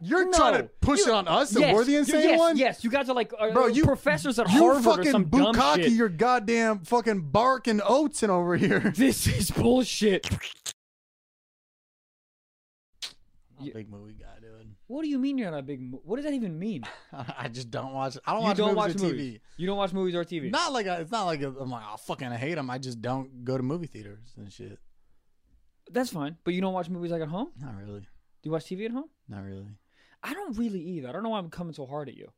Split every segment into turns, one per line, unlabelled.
You're
No.
trying to push
You-
it on us
Yes,
that we're the
you-
insane
yes,
one?
Yes, you guys are like are
Bro, you
professors at
you
Harvard
fucking
or some dumb
bukkake
shit.
your goddamn fucking bark and oats and over here.
This is bullshit. Yeah.
Big movie guy, dude.
What do you mean you're not a big? mo- What does that even mean?
I just don't watch. I don't
You
watch
don't watch
movies or
movies. You don't watch movies or TV.
TV. Not like I, it's not like i I'm like I fucking hate them. I just don't go to movie theaters and shit.
That's fine. But you don't watch movies like at home.
Not really.
Do you watch TV at home?
Not really.
I don't really either. I don't know why I'm coming so hard at you.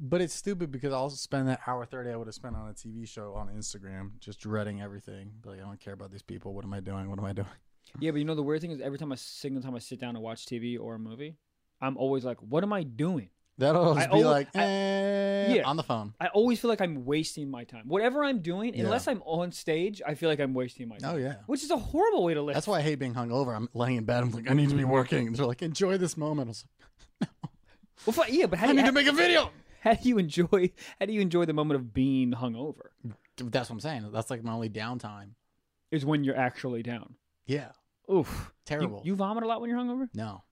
But it's stupid because I also spend that hour thirty I would have spent on a TV show on Instagram just dreading everything. Be Like I don't care about these people. What am I doing? What am I doing?
Yeah, but you know the weird thing is every time I single time I sit down and watch TV or a movie, I'm always like, what am I doing?
That'll always
I
be
al-
like
I-
eh,
Yeah.
on the phone.
I always feel like I'm wasting my time. Whatever I'm doing,
Yeah.
unless I'm on stage, I feel like I'm wasting my time.
Oh yeah.
Which is a horrible way to live.
That's why I hate being hungover. I'm laying in bed. I'm like, I need to be working. And they're like, enjoy this moment. I was
Well, fi- yeah, but how
like,
do, you,
I need
how,
to make a video.
how do you enjoy? How do you enjoy the moment of being hungover?
Dude, That's what I'm saying. That's like my only downtime.
Is when you're actually down.
Yeah.
Oof, You-
Terrible.
You, vomit a lot when you're hungover.
no,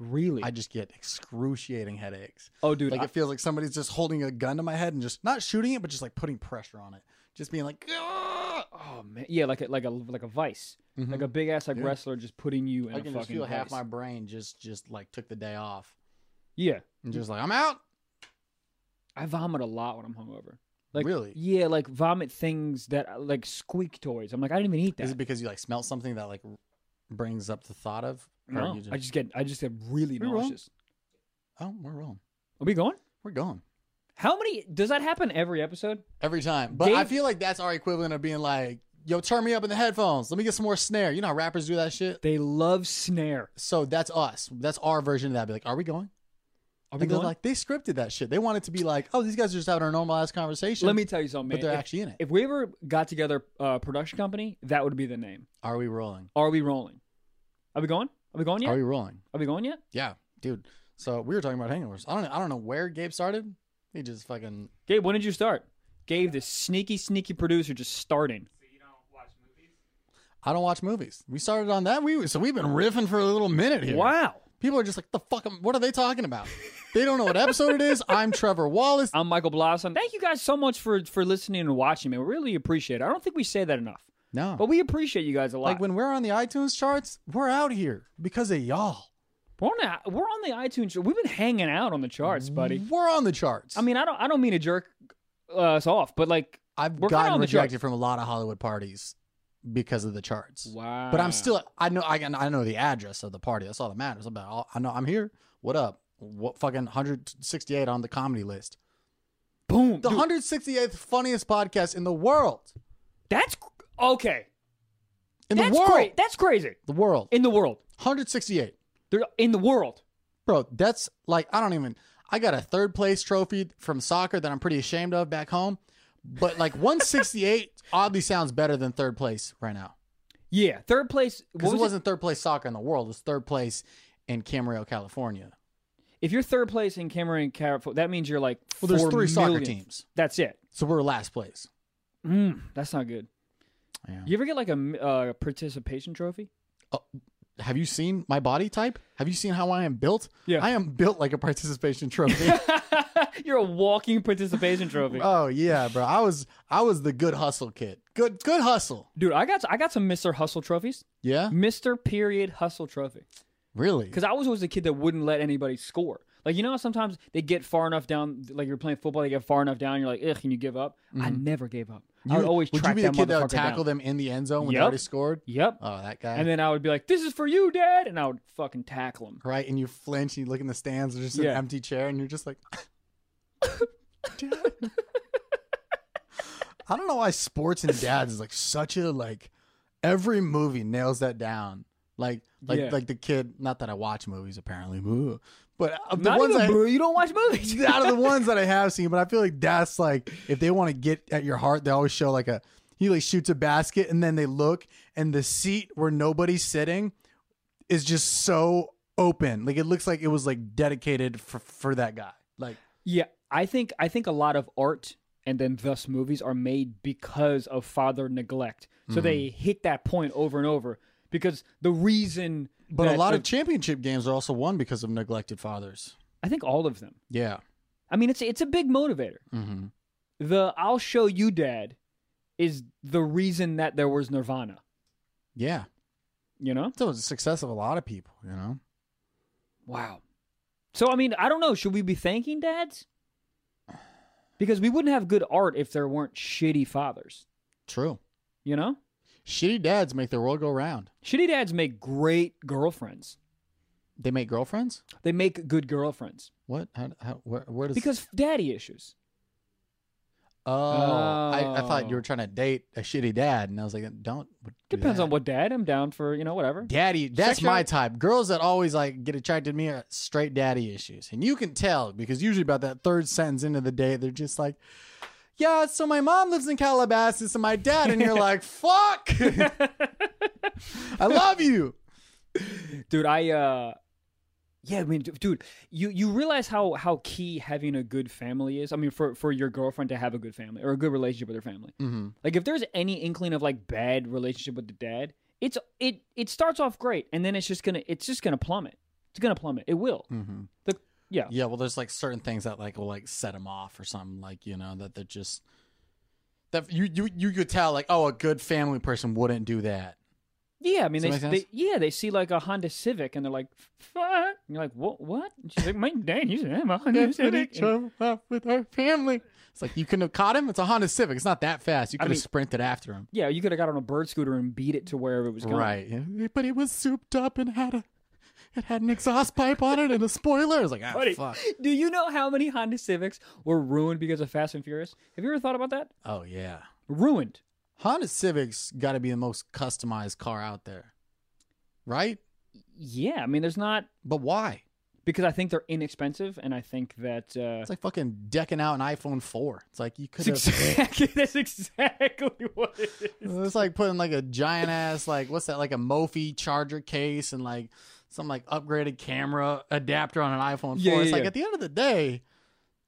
Really?
I just get excruciating headaches.
oh, dude,
like
I-
it feels like somebody's just holding a gun to my head and just not shooting it, but just like putting pressure on it. Just being like, "Ah!"
oh man, yeah, like a like a like a vice, like a big ass like
Yeah.
wrestler just putting you in
Mm-hmm. I
a
can
fucking
just feel half
vice.
my brain just just like took the day off
Yeah,
and just like I'm out.
I vomit a lot when I'm hungover. Like
Really?
Yeah, like vomit things that like squeak toys. I'm like, I didn't even eat that.
Is it because you like smell something that like brings up the thought of? Or
no,
you just-
I just get I just get really
You're wrong.
nauseous.
oh, we're rolling.
Are we going?
We're going.
How many does that happen every episode?
Every time. But I
Dave-
feel like that's our equivalent of being like, yo, turn me up in the headphones. Let me get some more snare. You know how rappers do that shit?
They love snare.
So that's us. That's our version of that. Be like, are we going?
Are we
And they're
going?
like, they scripted that shit. They want it to be like, oh, these guys are just having a normalized conversation.
Let me tell you something, man.
but they're
if,
actually in it.
if we ever got together a production company, that would be the name.
Are we rolling?
Are we rolling? Are we going? Are we going yet?
Are
Are
we rolling?
we, going yet?
Yeah, dude. So we were talking about hangovers. I don't know. I don't know where Gabe started. He just fucking
Gabe, when did you start? Gabe, the sneaky, sneaky producer, just starting.
I don't watch movies. We started on that. We so we've been riffing for a little minute here.
Wow.
People are just like, the fuck? am- What are they talking about? they don't know what episode it is. I'm Trevor Wallace.
I'm Michael Blossom. Thank you guys so much for for listening and watching, man. We really appreciate it. I don't think we say that enough,
No,
but we appreciate you guys a lot.
Like when we're on the iTunes charts, we're out here because of y'all.
we're, on the, we're on the iTunes. show. We've been hanging out on the charts, buddy.
We're on the charts.
I mean, I don't I don't mean to jerk uh, us off, but like,
I've
we're kinda on
gotten
the
rejected from a lot of Hollywood parties because of the charts.
wow.
But I'm still. I know. I, can- I know the address of the party. That's all that matters. I'm about. I know. I'm here. What up? What fucking 168 on the comedy list?
boom.
The
dude,
168th funniest podcast in the world.
that's cr- okay.
In
that's
the world.
great. That's crazy.
The world.
In the world,
168.
They're in the world.
Bro, that's like I don't even. I got a third place trophy from soccer that I'm pretty ashamed of back home, but like 168 oddly sounds better than third place right now
Yeah, third place. What
because
was
it
it?
wasn't third place soccer in the world. It's third place in Camarillo, California.
If you're third place in Cameron Carrefour, that means you're like
Well, there's
four
three soccer
millionth.
teams,
That's it.
so we're last place.
Mm, that's not good.
Yeah.
You ever get like a m- uh, participation trophy?
Have you seen my body type? Have you seen how I am built?
Yeah.
I am built like a participation trophy.
You're a walking participation trophy,
oh yeah, bro. I was I was the good hustle kid. Good good hustle.
dude. I got I got some Mister Hustle trophies,
Yeah,
Mister Period Hustle trophy.
really.
Because I was always the kid that wouldn't let anybody score. Like you know, how sometimes they get far enough down, like you're playing football, they get far enough down, you're like, ugh, and you give up. I never gave up. I would always
would
track
Mm-hmm. you be
that
the kid that would
motherfucker
tackle
down.
them in the end zone when
Yep.
they already scored?
Yep.
Oh, that guy.
and then I would be like, "This is for you, Dad," and I would fucking tackle him.
right, and you flinch and you look in the stands, there's just
Yeah.
an empty chair, and you're just like, Dad. I don't know why sports and dads is like such a like every movie nails that down. Like like
Yeah.
like the kid. Not that I watch movies apparently, Ooh. but of the
Not
ones
even
I,
boo, you don't watch movies.
out of the ones that I have seen, but I feel like that's like if they want to get at your heart, they always show like a he like shoots a basket and then they look and the seat where nobody's sitting is just so open. Like it looks like it was like dedicated for for that guy. Like
yeah, I think I think a lot of art and then thus movies are made because
Mm-hmm.
of father neglect. So they hit that point over and over because the reason
But a
that-
lot of
uh,
championship games are also won because of neglected fathers.
I think all of them.
Yeah.
I mean, it's it's a big motivator.
Mm-hmm.
The "I'll show you, Dad" is the reason that there was Nirvana.
Yeah.
You know?
So it's the success of a lot of people, you know?
Wow. So I mean, I don't know. Should we be thanking dads? Because we wouldn't have good art if there weren't shitty fathers.
True.
You know?
Shitty dads make the world go round.
Shitty dads make great girlfriends.
They make girlfriends?
They make good girlfriends
What? How, how, where, where does.
because daddy issues.
Oh, I, I thought you
Oh.
were trying to date a shitty dad, and I was like, don't. do
Depends
that.
on what dad. I'm down for you know whatever.
Daddy, that's
Sexual-
my type. Girls that always like get attracted to me are straight daddy issues, and you can tell because usually about that third sentence into the day, they're just like, "Yeah, so my mom lives in Calabasas and my dad," and you're like, "Fuck, I love you."
dude i uh yeah i mean d- dude you you realize how how key having a good family is i mean for for your girlfriend to have a good family or a good relationship with her family
Mm-hmm.
like if there's any inkling of like bad relationship with the dad it's it it starts off great and then it's just gonna it's just gonna plummet it's gonna plummet it will
Mm-hmm.
The- yeah.
yeah. Well, there's like certain things that like will like set them off or something, like you know that they're just that you you you could tell like, oh, a good family person wouldn't do that.
yeah i mean they,
Does that make
they
sense?
yeah they see like a honda civic and they're like fuck and you're like what what and she's like my dad used to have a honda civic And-
with our family. It's like you couldn't have caught him. It's a Honda Civic. It's not that fast. You
I
could
mean-
have sprinted after him.
yeah you could have got on a bird scooter and beat it to wherever it was going
Right. Yeah, But it was souped up and had a it had an exhaust pipe on it and a spoiler. It's like, ah,
Buddy,
fuck.
do you know how many Honda Civics were ruined because of Fast and Furious? Have you ever thought about that?
Oh yeah.
Ruined.
Honda Civic's got to be the most customized car out there, right?
Yeah, I mean, there's not
But why?
because I think they're inexpensive, and I think that uh,
It's like fucking decking out an iPhone four. It's like you could
that's
have.
exactly that's exactly what it is.
It's like putting like a giant ass like what's that like a Mophie charger case and like some like upgraded camera adapter on an iPhone 4.
Yeah,
it's
yeah,
like
yeah.
at the end of the day,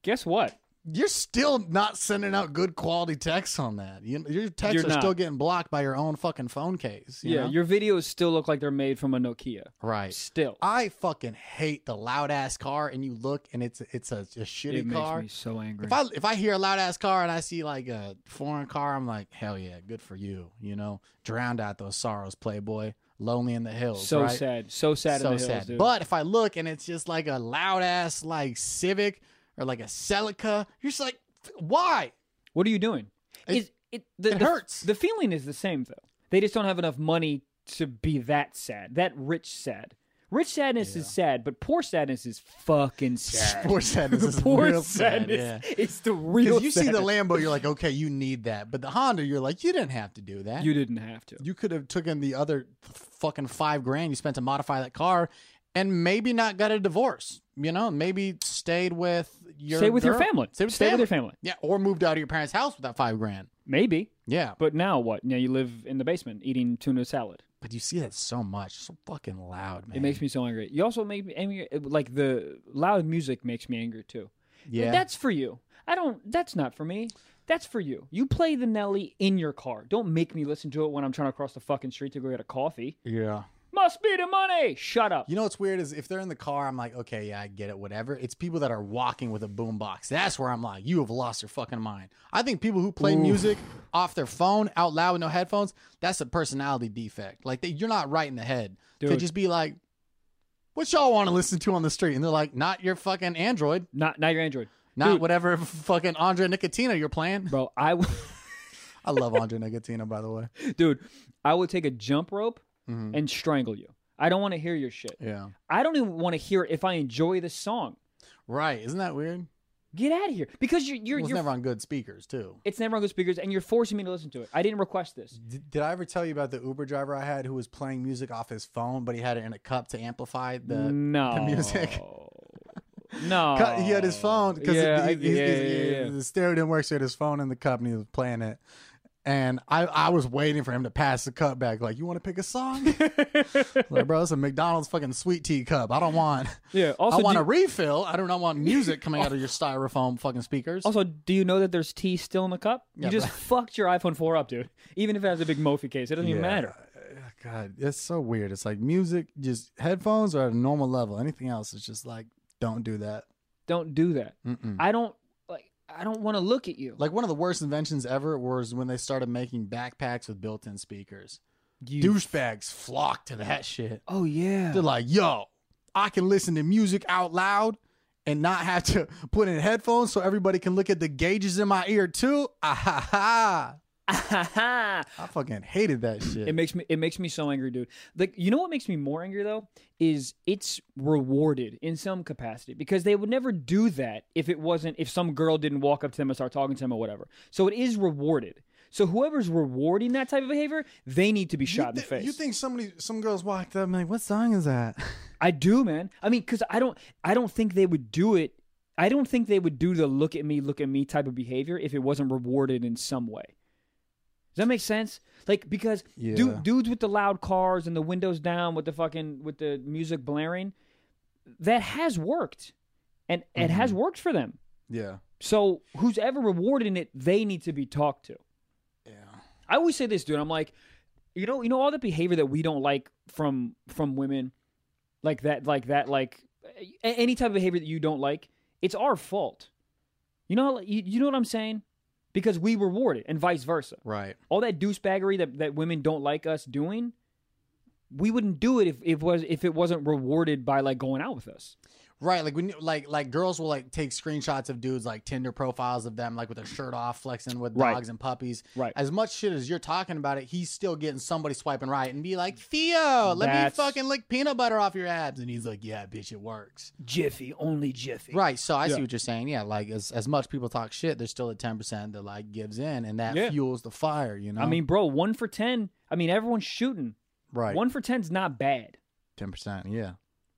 Guess what?
you're still not sending out good quality texts on that. You, your texts
You're
are
not.
still getting blocked by your own fucking phone case. you
yeah,
know?
your videos still look like they're made from a Nokia.
right.
Still,
I fucking hate the loud ass car, and you look and it's it's a, a shitty
it makes
car.
me so angry.
If I if I hear a loud ass car and I see like a foreign car, I'm like, hell yeah, good for you. You know, drowned out those sorrows, playboy. Lonely in the hills.
so
right?
sad, so sad,
so
in the hills,
sad.
dude.
But if I look and it's just like a loud ass like Civic or like a Celica, you're just like, why?
what are you doing?
It-
Is it, the,
it
the-
hurts.
The feeling is the same though. They just don't have enough money to be that sad. That rich sad. Rich sadness is sad, but poor sadness is fucking sad.
Poor sadness is
poor
real sad.
sadness
Yeah.
is the real.
Because you see the
sadness.
Lambo, you're like, okay, you need that. But the Honda, you're like, you didn't have to do that.
You didn't have to.
you could have taken the other fucking five grand you spent to modify that car and maybe not got a divorce. You know, maybe stayed with your
Stay with your
girl-
family.
Stay with,
Stay
family.
with your family.
Yeah, or moved out of your parents' house with that five grand.
Maybe,
Yeah.
but now what? Now you live in the basement eating tuna salad.
But you see that so much. So fucking loud, man.
It makes me so angry. You also make me angry. Like the loud music makes me angry too.
yeah.
That's for you. I don't. That's not for me. That's for you. You play the Nelly in your car. Don't make me listen to it when I'm trying to cross the fucking street to go get a coffee.
yeah.
Must be the money. Shut up.
You know what's weird is if they're in the car, I'm like, okay, yeah, I get it, whatever. It's people that are walking with a boombox. That's where I'm like, you have lost your fucking mind. I think people who play music off their phone out loud with no headphones, that's a personality defect. Like they, you're not right in the head. To
Dude.
just be like, what y'all want to listen to on the street? And they're like, not your fucking Android,
Not not your Android,
not
Dude.
whatever fucking Andre Nicotina you're playing.
bro. I w-
I love Andre Nicotina, by the way.
dude, I would take a jump rope
Mhm.
and strangle you. I don't want to hear your shit.
Yeah.
I don't even want to hear it if I enjoy the song.
Right. Isn't that weird?
Get out of here because you're
It
you're,
was
you're
never on good speakers, too.
it's never on good speakers, and you're forcing me to listen to it. I didn't request this.
Did, did I ever tell you about the Uber driver I had who was playing music off his phone, but he had it in a cup to amplify the?
no
music.
No,
Cu- He had his phone because
oh. yeah, I- yeah, yeah, yeah.
the stereo didn't work, so he had his phone in the cup and he was playing it. And I, I was waiting for him to pass the cup back, like, you want to pick a song? like, bro, it's a McDonald's fucking sweet tea cup. I don't want.
Yeah. Also,
I want
do,
a refill. I do not want music coming out of your styrofoam fucking speakers.
also, do you know that there's tea still in the cup?
Yeah,
you just
bro.
fucked your iPhone 4 up, dude. Even if it has a big Mophie case, it doesn't even matter.
Uh, God, it's so weird. It's like music, just headphones are at a normal level. Anything else is just like, don't do that.
Don't do that.
Mm-mm.
I don't like. I don't want to look at you.
Like one of the worst inventions ever was when they started making backpacks with built-in speakers.
you.
Douchebags flock to that shit.
oh yeah.
They're like, yo, I can listen to music out loud and not have to put in headphones so everybody can look at the gauges in my ear too. Ah ha ha. I fucking hated that shit.
It makes me it makes me so angry, dude. Like you know what makes me more angry though is it's rewarded in some capacity because they would never do that if it wasn't if some girl didn't walk up to them and start talking to them or whatever. So it is rewarded. So whoever's rewarding that type of behavior, they need to be shot
you,
in the
thi-
face.
you think somebody, some girls walked up and like, what song is that?
I do, man. I mean, because I don't I don't think they would do it. I don't think they would do the look at me, look at me type of behavior if it wasn't rewarded in some way. Does that make sense? Like because du-
Yeah.
dudes with the loud cars and the windows down with the fucking with the music blaring, that has worked, and it has worked for them.
yeah.
So who's ever rewarding it, they need to be talked to.
Yeah.
I always say this, dude. I'm like, you know, you know, all the behavior that we don't like from from women, like that, like that, like a- any type of behavior that you don't like, it's our fault. You know, you, you know what I'm saying? Because we reward it, and vice versa.
Right.
All that douchebaggery that that women don't like us doing, we wouldn't do it if it was if it wasn't rewarded by like going out with us.
Right. Like when, you- like, like girls will like take screenshots of dudes like Tinder profiles of them, like with their shirt off, flexing with
Right.
dogs and puppies.
Right.
As much shit as you're talking about it, he's still getting somebody swiping right and be like, Theo, let
That's-
me fucking lick peanut butter off your abs, and he's like, Yeah, bitch, it works.
Jiffy, only Jiffy.
Right. So I
Yeah.
see what you're saying. Yeah. Like as as much people talk shit, there's still a ten percent that like gives in, and that
Yeah.
fuels the fire. You know.
I mean, bro, one for ten. I mean, everyone's shooting.
right.
One for ten's not bad.
Ten percent. Yeah.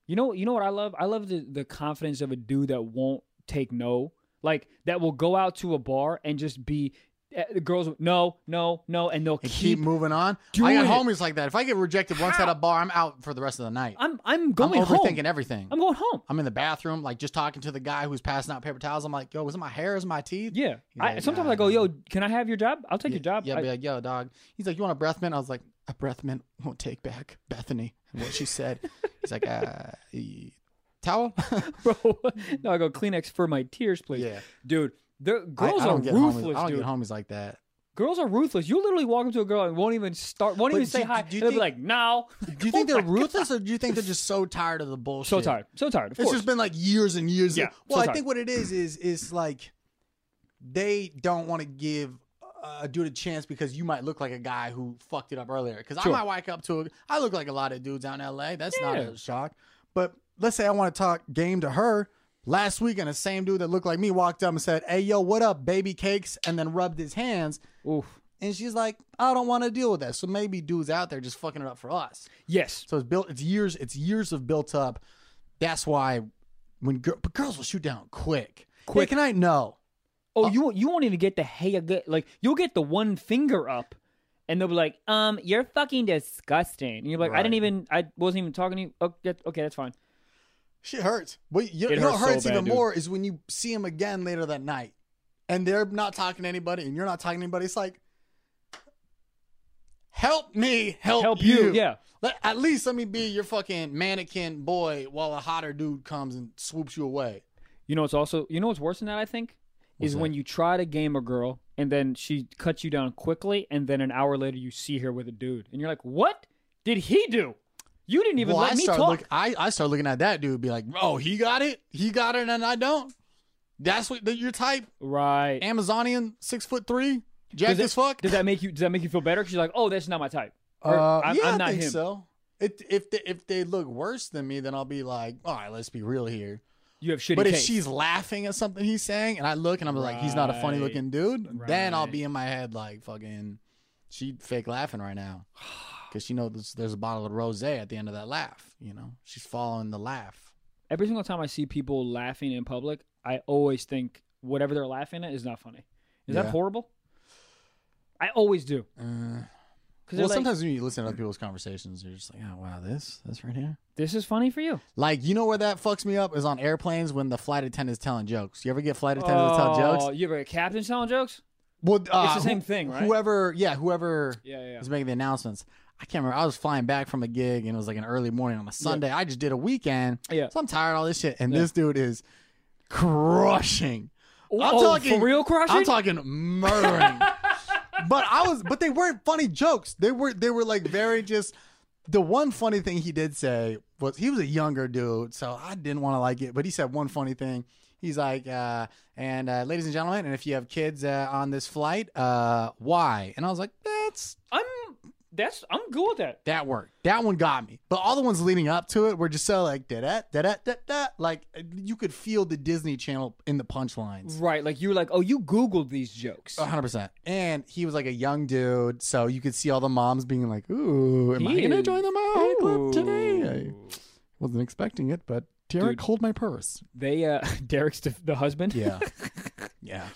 You know, you know what I love? I love the, the confidence of a dude that won't take no. Like that will go out to a bar and just be eh, the girls no, no, no and they'll
And
keep,
keep, moving on. I
doing
got
it.
homies like that. If I get rejected once at a bar, I'm out for the rest of the night.
I'm I'm
I'm
going home.
overthinking everything.
I'm going home.
I'm in the bathroom, like just talking to the guy who's passing out paper towels. I'm like, yo, was it my hair? Is it my teeth?
Yeah.
He's
I,
like,
sometimes
"Nah,
I go,
nah."
"Yo, can I have your job? I'll take your job."
Yeah,
I-
be like, yo, dog. He's like, you want a breath mint? I was like, a breath mint won't take back Bethany and what she said. He's like, uh, e- towel?
bro. no, I go Kleenex for my tears, please.
yeah.
Dude, the
I-
girls
I
are
don't get homies-
ruthless,
I don't
dude.
get homies like that.
Girls are ruthless. You literally walk up to a girl and won't even start, won't
But
even
do-
say hi.
do
and
you
they'll be
think-
like, "No."
Do you think they're ruthless, or do you think they're just so tired of the bullshit?
Oh So tired. So tired. Of
It's
course.
just been like years and years.
Yeah,
Well,
so
I
tired.
think what it is is is like they don't want to give a dude a chance because you might look like a guy who fucked it up earlier. Because
Sure.
I might wake up to a, I look like a lot of dudes out in L.A. That's not
Yeah.
a shock. But let's say I want to talk game to her. Last week, and the same dude that looked like me walked up and said, "Hey, yo, what up, baby cakes?" and then rubbed his hands.
Oof.
And she's like, "I don't want to deal with that." So maybe dudes out there just fucking it up for us.
Yes.
So it's built. It's years. It's years of built up. That's why when gir- but girls will shoot down quick.
Quick.
Hey, can I know?
Oh, you won't- you won't even get the hey I get- like you'll get the one finger up, and they'll be like, um, you're fucking disgusting. And you're like, I didn't
Right.
even, I wasn't even talking to you. Oh, that, okay, that's fine.
Shit hurts. But you,
It
you know what
hurts so
hurts
bad,
even
dude.
more is when you see them again later that night, and they're not talking to anybody, and you're not talking to anybody. It's like, help me, help,
Help Oh, you, yeah.
Let, at least let me be your fucking mannequin boy while a hotter dude comes and swoops you away.
You know what's also, you know what's worse than that? I think is when you try to game a girl and then she cuts you down quickly, and then an hour later you see her with a dude, and you're like, what did he do? You didn't even
Well,
let
I
me
start
talk.
Look, I I start looking at that dude, be like, oh, he got it, he got it, and I don't. That's what the, your type
right.
Amazonian, six foot three,
Does
jacked
that-
as fuck. Uh,
Does that make you? Does that make you feel better? Because you're like, oh, that's not my type. Or, I'm,
yeah,
I'm not
I think
him.
so. It, if they, if they look worse than me, then I'll be like, all right, let's be real here.
You have shitty
But if
taste.
she's laughing at something he's saying, and I look and I'm like, he's not a funny
Right.
looking dude, then I'll
Right.
be in my head like, fucking, she fake laughing right now, because she knows there's, there's a bottle of rosé at the end of that laugh. You know, she's following the laugh.
every single time I see people laughing in public, I always think whatever they're laughing at is not funny. Is that
Yeah.
horrible? I always do.
Uh,
Because
well,
like,
sometimes when you listen to other people's conversations, you're just like, oh wow, this this right here.
this is funny for you.
Like, you know where that fucks me up is on airplanes when the flight attendant's telling jokes. You ever get flight attendants to tell
Oh,
jokes?
You ever a captain telling jokes?
Well, uh,
it's the same thing, right?
Whoever, yeah, whoever
yeah, yeah, yeah.
is making the announcements. I can't remember. I was flying back from a gig and it was like an early morning on a Sunday. I just did a weekend.
Yeah.
So I'm tired of all this shit. And
Yeah.
this dude is crushing. I'm
oh,
talking-
for real crushing.
I'm talking murdering. but I was but they weren't funny jokes. They were they were like very just the one funny thing he did say was he was a younger dude, so I didn't want to like it, but he said one funny thing. He's like, uh, and uh, ladies and gentlemen, and if you have kids uh, on this flight, uh, why? And I was like, that's
I'm that's I'm good with that.
that worked. That one got me. But all the ones leading up to it were just so like da da da da da da. Like you could feel the Disney Channel in the punchlines.
Right, like you were like, oh, you googled these jokes.
A hundred percent. And he was like a young dude, so you could see all the moms being like, "Ooh, am I gonna
Ew.
join the Maui Club today?" I
Ooh.
wasn't expecting it, but Derek,
Dude.
hold my purse.
They uh, Derek's the, the husband.
Yeah, yeah.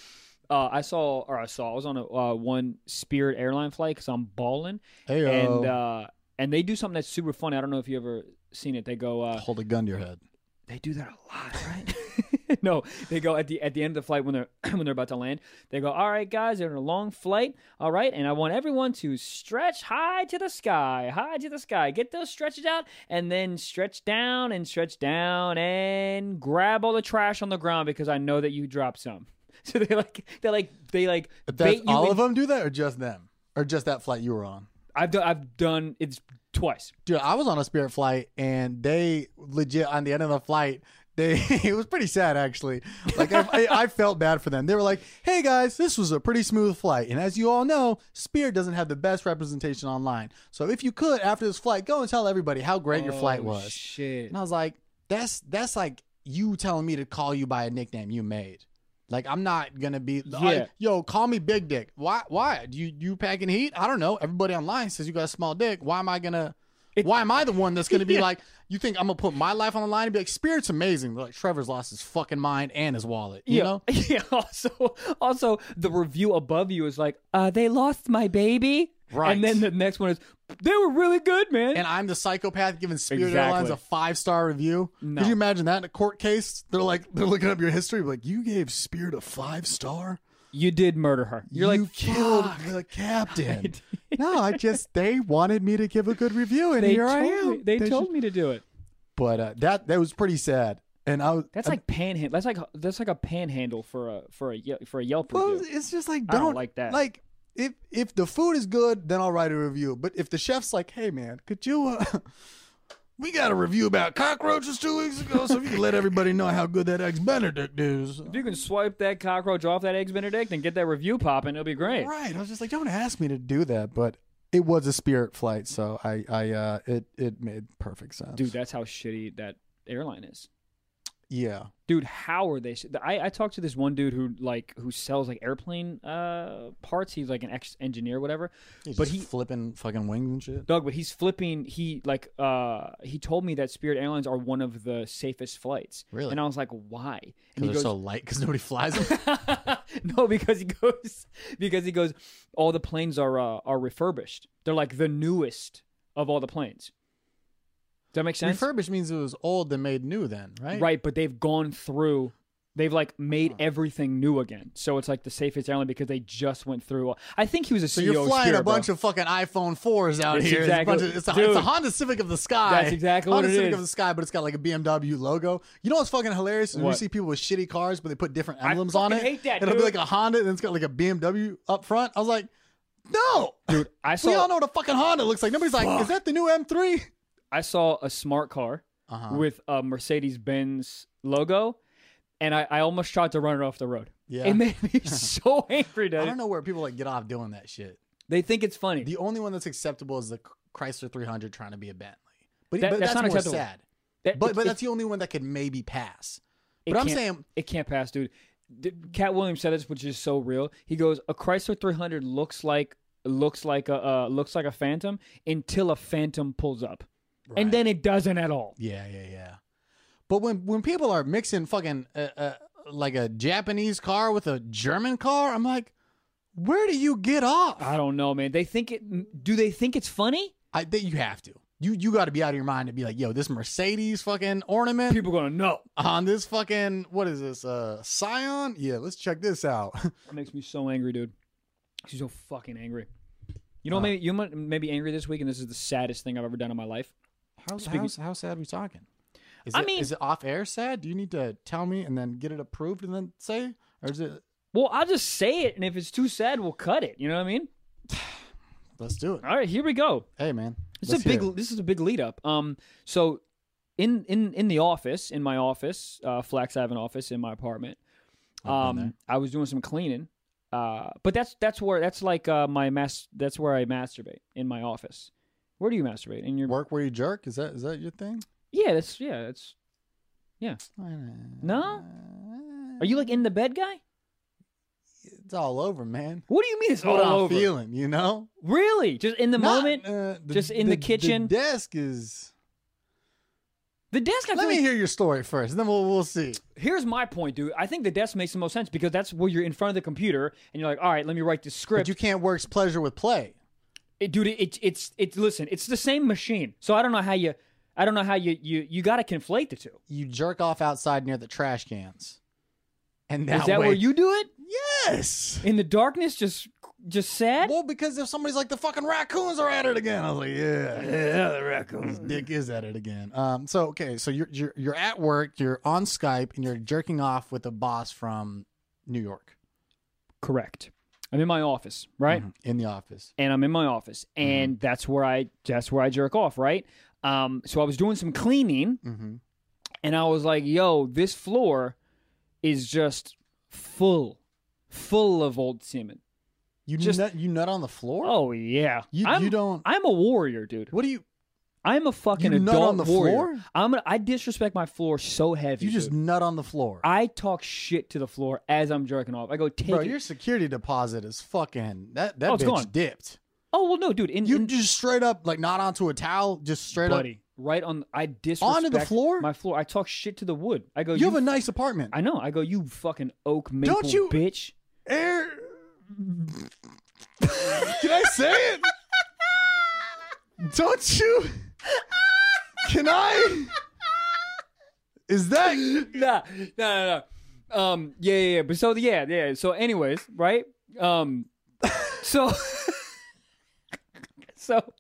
Uh, I saw or I saw I was on a uh, one Spirit airline flight because I'm balling
Hey,
and uh, and they do something that's super funny. I don't know if you ever seen it. They go. Uh,
hold a gun to your head.
they do that a lot, right? no, they go at the at the end of the flight when they're when they're about to land. They go, "All right, guys, they're in a long flight. All right, and I want everyone to stretch high to the sky, high to the sky. Get those stretches out, and then stretch down and stretch down and grab all the trash on the ground because I know that you dropped some." So they like they like they like
That's,
bait you
all
in-
of them do that, or just them, or just that flight you were on.
I've done I've done it's twice.
Dude, I was on a Spirit flight, and they legit on the end of the flight. They it was pretty sad actually. Like I, I, I felt bad for them. They were like, "Hey guys, this was a pretty smooth flight, and as you all know, Spirit doesn't have the best representation online. So if you could, after this flight, go and tell everybody how great your flight
Oh,
was."
Shit.
And I was like, "That's that's like you telling me to call you by a nickname you made." Like I'm not gonna be like,
Yeah.
yo, call me Big Dick. Why? Why? Do you you packing heat? I don't know. Everybody online says you got a small dick. Why am I gonna?
It-
why am I the one that's gonna be
Yeah.
like? You think I'm gonna put my life on the line and be like, Spirit's amazing? Like Trevor's lost his fucking mind and his wallet. You
yeah.
know?
Yeah. Also, also the review above you is like, uh, they lost my baby.
Right.
And then the next one is, they were really good, man.
And I'm the psychopath giving Spirit
Exactly.
Airlines a five star review.
No.
Could you imagine that in a court case? They're like, they're looking up your history, like, you gave Spirit a five star.
you did murder her. You're
you
like,
killed
"Fuck."
the captain. no, I just they wanted me to give a good review, and
They
here
told
I am.
Me, they, told
just-
me to do it.
but uh, that that was pretty sad. And I was
That's
I-
like panhandle. That's like that's like a panhandle for a for a Ye- for a Yelp
well,
review.
it's just like
I
don't,
don't like that.
Like if if the food is good, then I'll write a review. But if the chef's like, hey man, could you? Uh, we got a review about cockroaches two weeks ago, so if you could let everybody know how good that eggs Benedict is.
If you can swipe that cockroach off that eggs Benedict and get that review popping, it'll be great.
Right. I was just like, don't ask me to do that, but. It was a spirit flight, so I, I, uh, it, it made perfect sense,
Dude, that's how shitty that airline is.
Yeah,
dude how are they I, I talked to this one dude who like who sells like airplane uh parts he's like an ex engineer whatever
but
But
he
he-
flipping fucking wings and shit.
Doug, but he's flipping. He like uh he told me that Spirit Airlines are one of the safest flights.
Really?
And I was like, why? And
Because
he
they're
goes,
so light, because nobody flies them.
no, because he goes because he goes. All the planes are uh, are refurbished. They're like the newest of all the planes. Does that make sense?
Refurbished means it was old then made new, then right?
Right, but they've gone through. They've like made everything new again, so it's like the safest airline because they just went through. I think he was a
So
CEO.
you're flying
Spirit,
a bunch
bro.
of fucking iPhone fours out
That's
here. It's a
exactly-
bunch of- it's, a,
Dude.
it's a Honda Civic of the sky.
That's exactly what
Honda
it
Civic
is.
of the sky, but it's got like a BMW logo. You know what's fucking hilarious? is When you
What?
see people with shitty cars, but they put different
I
emblems on it.
fucking hate that,
It'll be
dude.
like a Honda, and it's got like a BMW up front. I was like, no,
dude. I
we all
saw
know what a fucking Honda looks like. Nobody's like, is that the new M3?
I saw a smart car
Uh-huh.
with a Mercedes Benz logo, and I, I almost tried to run it off the road.
Yeah.
It made me so angry,
I
dude.
don't know where people like get off doing that shit.
They think it's funny.
The only one that's acceptable is the Chrysler 300 trying to be a Bentley. But,
That-
but that's,
that's not
more
acceptable.
sad.
That-
But
it-
but
it-
that's the only one that could maybe pass.
it
But I'm
can't-
saying
it can't pass, dude. D- Cat Williams said this, which is so real. He goes, "A Chrysler 300 looks like looks like a uh, looks like a Phantom until a Phantom pulls up,
Right.
and then it doesn't at all."
yeah yeah yeah. But when when people are mixing fucking uh, uh, like a Japanese car with a German car, I'm like, where do you get off?
I don't know, man. They think it. Do they think it's funny?
I think you have to. You you got to be out of your mind to be like, yo, this Mercedes fucking ornament
People gonna know.
on this fucking what is this uh Scion? Yeah, let's check this out.
It makes me so angry, dude. She's so fucking angry. You know,
Wow.
maybe you might maybe angry this week, and this is the saddest thing I've ever done in my life.
How,
Speaking-
how's- how sad are we talking? Is
I
it,
mean-
is it off air sad? Do you need to tell me and then get it approved and then say, or is it?
Well, I'll just say it, and if it's too sad, we'll cut it. You know what I mean?
Let's do it.
All right, here we go.
Hey man,
This
let's
is a big.
hear it.
This is a big lead up. Um, so in in in the office, in my office, uh, Flax, I have an office in my apartment.
I've been
Um, I was doing some cleaning. Uh, but that's that's where that's like uh my mas that's where I masturbate in my office. Where do you masturbate in your?
Work where you jerk. Is that is that your thing?
Yeah, that's yeah, that's. No? Are you like in the bed guy?
It's all over, man.
What do you mean it's all
what I'm
over?
feeling, you know.
Really? Just in the
Not,
moment?
uh, the-
Just in the kitchen?
The desk is.
The desk. I
Let
feel
me
like-
hear your story first, and then we'll we'll see.
Here's my point, dude. I think the desk makes the most sense because that's where you're in front of the computer and you're like, all right, let me write this
But
script.
you can't work pleasure with play.
It- dude, it, it's it's it's listen, it's the same machine. So I don't know how you, I don't know how you you you got to conflate the two.
You jerk off outside near the trash cans, and
Is
that,
that
way,
where you do it
Yes.
in the darkness? Just just sad.
Well, because if somebody's like the fucking raccoons are at it again, I was like, yeah, yeah, the raccoons. Dick is at it again. Um, so okay, so you're you're you're at work, you're on Skype, and you're jerking off with a boss from New York,
Correct. I'm in my office, right?
Mhm. In the office.
and I'm in my office,
Mm-hmm.
and that's where I that's where I jerk off, right? Um, so I was doing some cleaning,
Mhm.
and I was like, "Yo, this floor is just full, full of old semen."
You
Just-
nut, you nut on the floor.
Oh yeah,
you
I'm,
you don't.
I'm a warrior, dude.
What do you?
I'm a fucking
You nut
adult
on the
warrior.
floor?
I'm a, I disrespect my floor so heavy.
You just
dude.
nut on the floor,
I talk shit to the floor as I'm jerking off. I go take
bro.
it.
Your security deposit is fucking that that
Oh, it's
bitch
gone.
dipped.
Oh well, no, dude. In,
You
in,
just straight up like not onto a towel, just straight up.
buddy, right on. I disrespect
Onto the floor?
My floor. I talk shit to the wood. I go.
You have a nice apartment.
I know. I go, you fucking oak maple
Don't you-
bitch.
Air. Can I say it? Don't you? Can I? Is that?
Nah, nah, nah, nah. Um, yeah, yeah, yeah. But so, yeah, yeah. So, anyways, right? Um, so, so,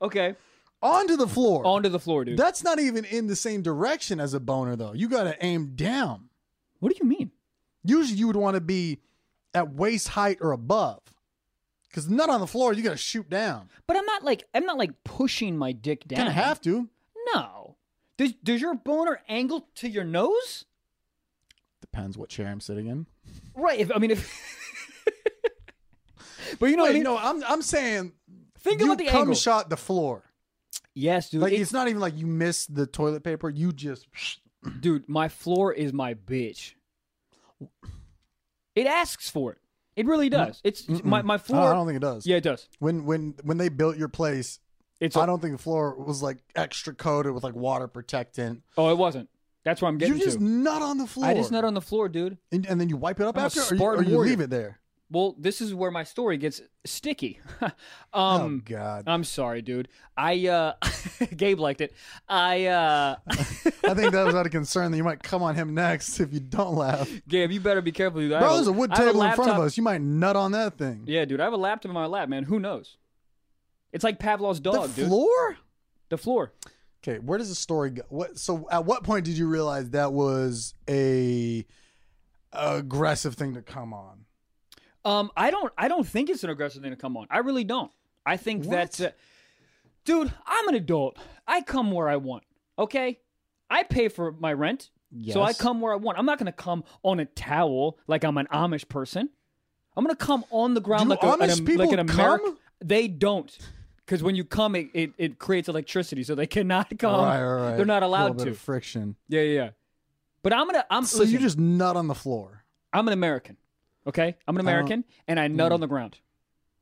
okay.
Onto the floor.
Onto the floor, dude.
That's not even in the same direction as a boner, though. You gotta aim down.
what do you mean?
Usually, you would want to be at waist height or above, because nut on the floor, you gotta shoot down.
But I'm not like, I'm not like pushing my dick down.
Kind of have to.
No. Does, does your boner angle to your nose?
Depends what chair I'm sitting in.
Right. If, I mean, if. but you know what I
Wait,
mean?
no, I'm I'm saying
Think
you
about the
cum
angle.
shot the floor.
yes, dude.
Like
it-
it's not even like you missed the toilet paper. You just
Dude, my floor is my bitch. It asks for it. It really does. It's my, my
I don't, I
floor.
don't think it does.
Yeah, it does.
When when when they built your place,
It's
I don't think the floor was like extra coated with like water protectant.
oh, it wasn't. That's where I'm
You
getting
just
to.
nut on the floor.
I just nut on the floor, dude.
and, and then you wipe it up
I'm a
after, or you,
Spartan
or you
warrior.
leave it there.
Well, this is where my story gets sticky. um,
oh God,
I'm sorry, dude. I uh, Gabe liked it. I uh,
I think that was out of concern that you might come on him next if you don't laugh.
Gabe, you better be careful, dude. I have
Bro, there's a wood
I have
table in front of
laptop-
us. You might nut on that thing.
Yeah, dude. I have a laptop in my lap, man. Who knows? It's like Pavlov's
the
dog, dude.
floor.
The floor.
Okay, where does the story go? What? So, at what point did you realize that was a aggressive thing to come on?
Um, I don't. I don't think it's an aggressive thing to come on. I really don't. I think
What?
that, uh, dude, I'm an adult. I come where I want. Okay, I pay for my rent, so I
Yes.
come where I want. I'm not gonna come on a towel like I'm an Amish person. I'm gonna come on the ground
Do
like, a, an,
Amish
Am-
people
like an American.
cum?
They don't, because when you come, it, it it creates electricity, so they cannot come.
Right, right, right.
They're not
a
allowed
little bit
to.
of friction.
Yeah, yeah. yeah. But I'm gonna. I'm.
So
listen,
you just nut on the floor.
I'm an American. Okay? I'm an
don't-
American and I
Mm.
nut on the ground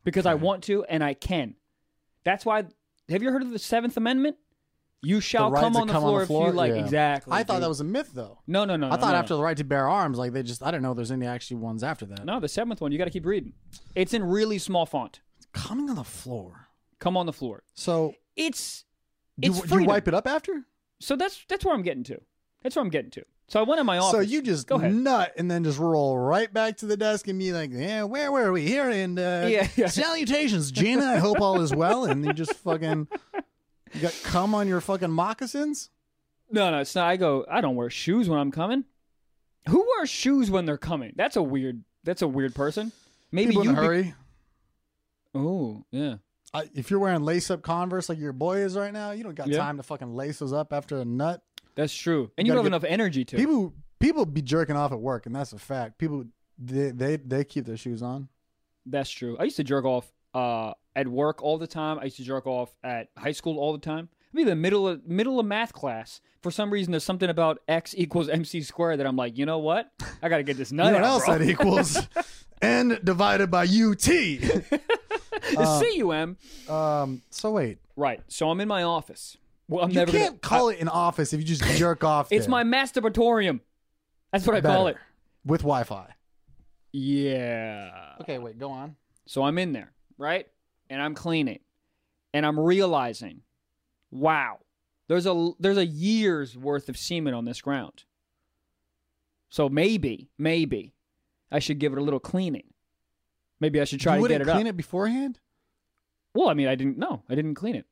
because I want to and I can. That's why have you heard of the 7th amendment? You shall
right
come,
to
on the,
come on
floor
the floor?
if you like.
Yeah.
Exactly.
I thought
dude.
that was a myth, though.
No, no, no. no,
I thought
no,
after the right to bear arms, like they just, I don't know if there's any actually ones after that.
No, No, the 7th one. You got to keep reading. It's in really small font.
Coming on the floor.
Come on the floor.
So
It's
do,
it's
you
freedom.
wipe it up after?
So that's that's where I'm getting to. That's where I'm getting to. So I went in my office.
So you just
Go ahead.
nut and then just roll right back to the desk and be like, "Yeah, where were we here?" And uh,
yeah, yeah.
salutations, Gina. I hope all is well. And you just fucking you got cum on your fucking moccasins.
No, no, it's not. I go. I don't wear shoes when I'm coming. Who wears shoes when they're coming? That's a weird. That's a weird person. Maybe
People
you.
in a hurry.
oh yeah.
I, if you're wearing lace up Converse like your boy is right now, you don't got
Yeah.
time to fucking lace those up after a nut.
That's true. And
You
you, don't have
gotta
enough energy to.
People people be jerking off at work, and that's a fact. People they they, they keep their shoes on.
That's true. I used to jerk off uh, at work all the time. I used to jerk off at high school all the time. I'd be in the middle of middle of math class. For some reason, there's something about x equals mc squared that I'm like, you know what? I got to get this nut
You know what
out,
else
bro.
that equals? N divided by UT. Uh,
See you, M.
um. So wait,
Right. So I'm in my office. Well, I'm
you
never. gonna,
can't call it an office if you just jerk off.
It's
there.
my masturbatorium. That's what I call it.
Better. with Wi-Fi.
Yeah.
Okay, wait, go on.
So I'm in there, right? And I'm cleaning. And I'm realizing, wow, there's a there's a year's worth of semen on this ground. So maybe, maybe I should give it a little cleaning. Maybe I should try
you
to get
wouldn't
it
clean
up.
it beforehand.
Well, I mean, I didn't no, I didn't clean it.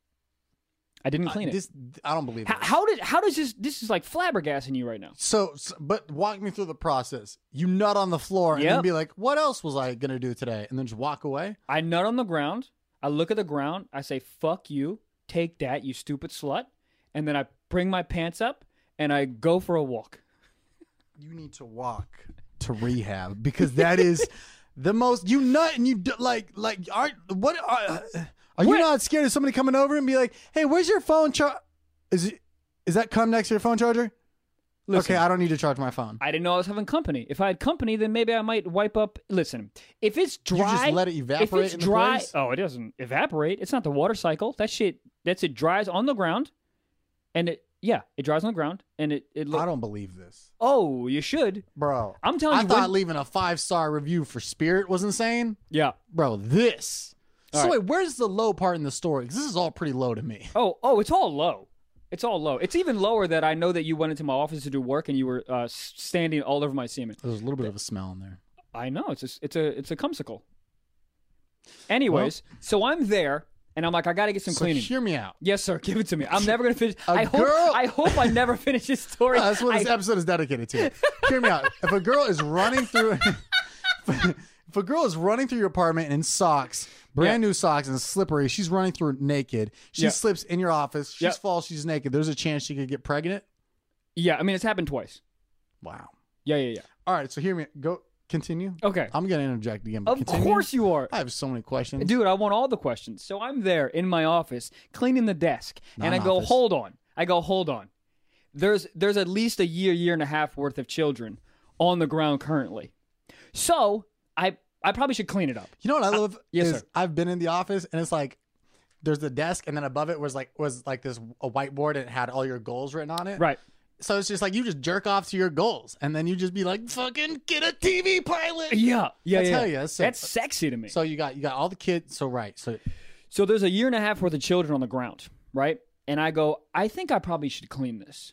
I didn't clean
Uh,
it.
This I don't believe.
How,
this.
how did how does this this is like flabbergasting you right now?
So, so, but walk me through the process. You nut on the floor and then
Yep.
be like, "What else was I gonna do today?" And then just walk away.
I nut on the ground. I look at the ground. I say, fuck you. Take that, you stupid slut. And then I bring my pants up and I go for a walk.
You need to walk to rehab because that is the most you nut and you d- like like aren't what are, are you
What?
not scared of somebody coming over and be like, "Hey, where's your phone charger? Is it, is that come next to your phone charger?"
Listen,
okay, I don't need to charge my phone.
I didn't know I was having company. If I had company, then maybe I might wipe up. Listen, if it's dry,
you just let it
if
evaporate
it's
in the
dry,
place?
oh, it doesn't evaporate. It's not the water cycle. That shit, that's it dries on the ground, and it yeah, it dries on the ground, and it it.
I
Look,
don't believe this,
oh, you should.
bro.
I'm telling
I
you,
thought
when-
leaving a five star review for Spirit was insane,
yeah.
bro. This.
All
so
right.
wait, where's the low part in the story? 'Cause this is all pretty low to me.
Oh, oh, it's all low. It's all low. It's even lower that I know that you went into my office to do work and you were uh, s- standing all over my semen.
There's a little bit of a smell in there.
I know it's a, s- it's a it's a cumsicle. Anyways, so I'm there and I'm like, I gotta get some
So
cleaning.
hear me out.
yes, sir. Give it to me. I'm never gonna finish. I hope
girl- Oh,
I hope I never finish this story.
That's what this
I-
episode is dedicated to. hear me out. If a girl is running through, if a girl is running through your apartment in socks, brand new socks and slippery, she's running through naked. She
Yeah.
slips in your office. She
Yeah.
falls. She's naked. There's a chance she could get pregnant.
yeah, I mean it's happened twice.
Wow.
Yeah, yeah, yeah.
All right. So hear me. Go continue.
Okay.
I'm gonna interject again. But
Of
continue.
course you are.
I have so many questions.
Dude, I want all the questions. So I'm there in my office cleaning the desk, and
Not
I
an
go,
office.
hold on. I go, hold on. There's there's at least a year, year and a half worth of children on the ground currently. So I I probably should clean it up.
You know what I love
yes,
is
sir.
I've been in the office and it's like there's the desk and then above it was like was like this a whiteboard and it had all your goals written on it.
Right.
So it's just like you just jerk off to your goals and then you just be like fucking get a TV pilot.
Yeah. Yeah.
I
yeah,
tell
yeah.
you, that's sick.
that's sexy to me.
So you got you got all the kids. So right. So
So there's a year and a half worth of children on the ground, right? And I go, I think I probably should clean this.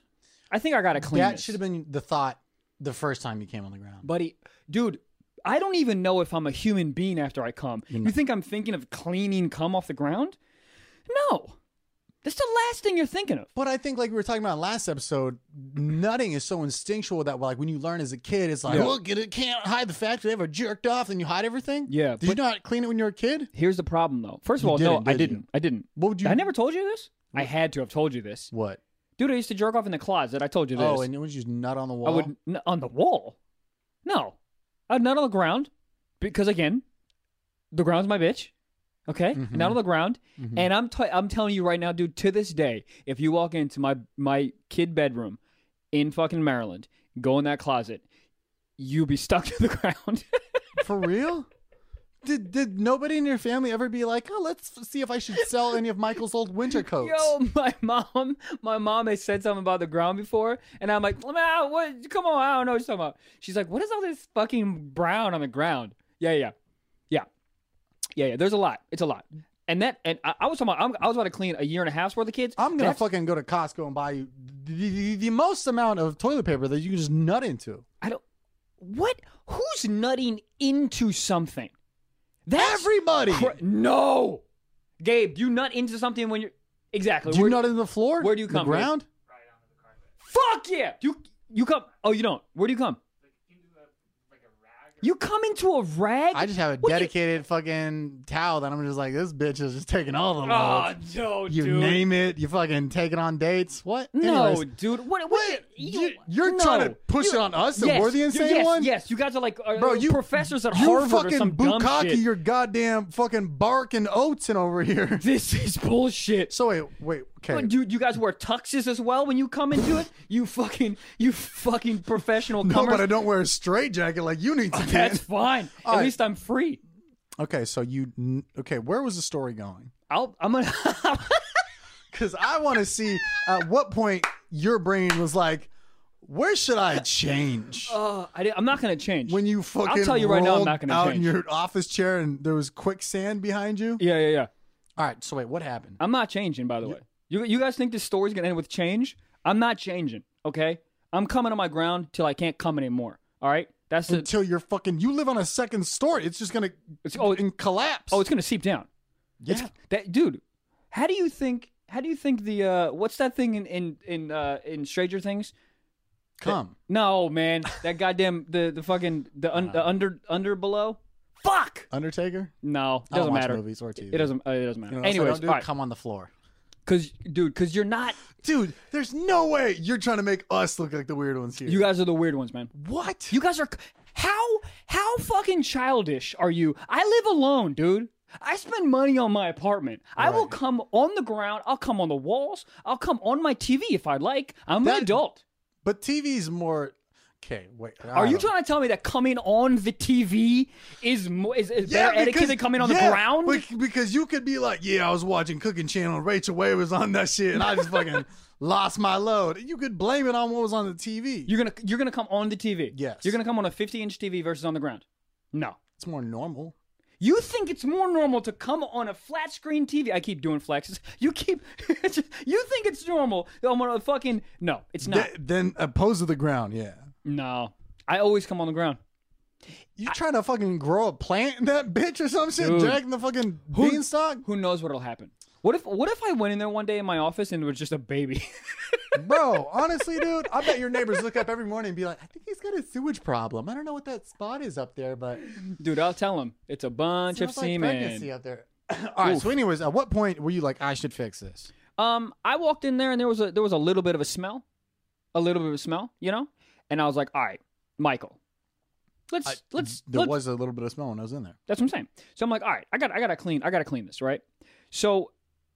I think I gotta clean
that
this.
should have been the thought the first time you came on the ground.
buddy, dude. I don't even know if I'm a human being after I come.
You're
You
not.
think I'm thinking of cleaning cum off the ground? No, that's the last thing you're thinking of.
But I think like we were talking about last episode, nutting is so instinctual that like when you learn as a kid, it's like,
Yeah.
well, get it can't hide the fact that they ever jerked off and you hide everything.
Yeah,
Did you not clean it when you were a kid?
Here's the problem, though. First of
You
all,
didn't,
no, I
did you?
didn't. I didn't.
What would you?
I never told you this. I had to have told you this,
What?
dude. I used to jerk off in the closet. I told you this.
Oh, and it was just nut on the wall.
I would n- on the wall. No, I'd nut on the ground because again, the ground's my bitch. Okay,
Mhm.
not on the ground,
Mhm.
and I'm t- I'm telling you right now, dude. To this day, if you walk into my my kid bedroom in fucking Maryland, go in that closet, you be stuck to the ground.
For real? Did did nobody in your family ever be like, oh, let's see if I should sell any of Michael's old winter coats?
Yo, my mom, my mom has said something about the ground before, and I'm like, "Ma, what? Come on, I don't know what you're talking about. She's like, what is all this fucking brown on the ground? Yeah, yeah, yeah, yeah, yeah. There's a lot. It's a lot. And that, and I, I was talking about, I'm, I was about to clean a year and a half's worth of kids.
I'm gonna
That's-
fucking go to Costco and buy you the, the, the most amount of toilet paper that you can just nut into.
I don't. What? Who's nutting into something? That's
Everybody.
cra- no, Gabe, you nut into something when you're exactly.
do you
Where-
nut into the floor?
where do you
The
come from?
ground?
Fuck yeah! You you come? Oh, you don't. Where do you come? You come into a rag.
I just have a
What do you-
dedicated fucking towel that I'm just like, this bitch is just taking all the
Oh
loads.
no,
You
dude.
name it, you fucking take it on dates. What?
no,
Anyways,
dude. What? What?
Wait,
you,
you, are
no.
trying to push it on us, and
Yes,
we're the
you-
insane
yes,
one.
Yes, you guys are like uh,
Bro, you-
professors at
you
Harvard
fucking
or some dumb
bukkake
shit.
your goddamn fucking bark and oats and over here.
this is bullshit.
So wait, wait, okay.
Dude, you, guys wear tuxes as well when you come into it. You fucking, you fucking professional.
No,
cummers.
but I don't wear a straight jacket like you need to.
That's
do.
fine.
All
At
right.
least I'm free.
Okay, so you n- okay? Where was the story going?
I'll, I'm gonna.
Because I want to see at what point your brain was like, "Where should I change?"
uh, I, didn't- I'm not gonna change.
when you fucking
tell you right now, I'm
rolled
not gonna
out in
change.
your office chair and there was quicksand behind you.
yeah, yeah, yeah.
All right, so wait, what happened?
I'm not changing. By the way, you you guys think this story's gonna end with change? I'm not changing. Okay, I'm coming on my ground till I can't come anymore. All right, that's the.
Until you're fucking, you live on a second story. It's just gonna
It's, oh,
and collapse.
oh, it's gonna seep down.
yeah.
That dude, how do you think? How do you think the uh, what's that thing in in in uh, in Stranger Things?
Come.
No, man, that goddamn the the fucking the, un, the under under below. Fuck.
Undertaker.
No,
Uh-huh. I don't
doesn't
watch
matter.
movies or TV.
It doesn't. Uh, it doesn't matter.
You know what else I
Anyways,
don't do?
all right.
come on the floor,
Cause, dude, cause you're not.
dude. There's no way you're trying to make us look like the weird ones here.
You guys are the weird ones, man.
what?
You guys are. How how fucking childish are you? I live alone, dude. I spend money on my apartment. I will come on the ground. I'll come on the walls. I'll come on my TV if I like. I'm
That-
an adult.
but TV's more. Okay, wait. I
Are you
don't-
trying to tell me that coming on the TV is mo- is, is better etiquette than coming on
yeah,
the ground?
bec- Because you could be like, yeah, I was watching Cooking Channel. and Rachel Way was on that shit, and I just fucking lost my load. You could blame it on what was on the TV.
You're gonna you're gonna come on the TV.
Yes.
You're gonna come on a 50 inch TV versus on the ground. No.
it's more normal.
You think it's more normal to come on a flat screen TV? I keep doing flexes. You keep. you think it's normal? I'm on a fucking. No, it's not.
Th- then opposed to the ground. Yeah,
no. I always come on the ground.
you trying to fucking grow a plant in that bitch or some shit?
Dude.
Jack in the fucking beanstalk,
Who knows what'll happen? What if what if I went in there one day in my office and it was just a baby?
bro. Honestly, dude, I bet your neighbors look up every morning and be like, I think he's got a sewage problem. I don't know what that spot is up there, but
Dude, I'll tell him it's a bunch
smells
of
like
semen.
pregnancy up there. All right.
Oof.
So, anyways, at what point were you like, I should fix this?
Um, I walked in there and there was a there was a little bit of a smell, a little bit of a smell, you know, and I was like, all right, Michael, let's let's
There
let's-
was a little bit of smell when I was in there.
that's what I'm saying. So I'm like, all right, I got I gotta clean I gotta clean this right. So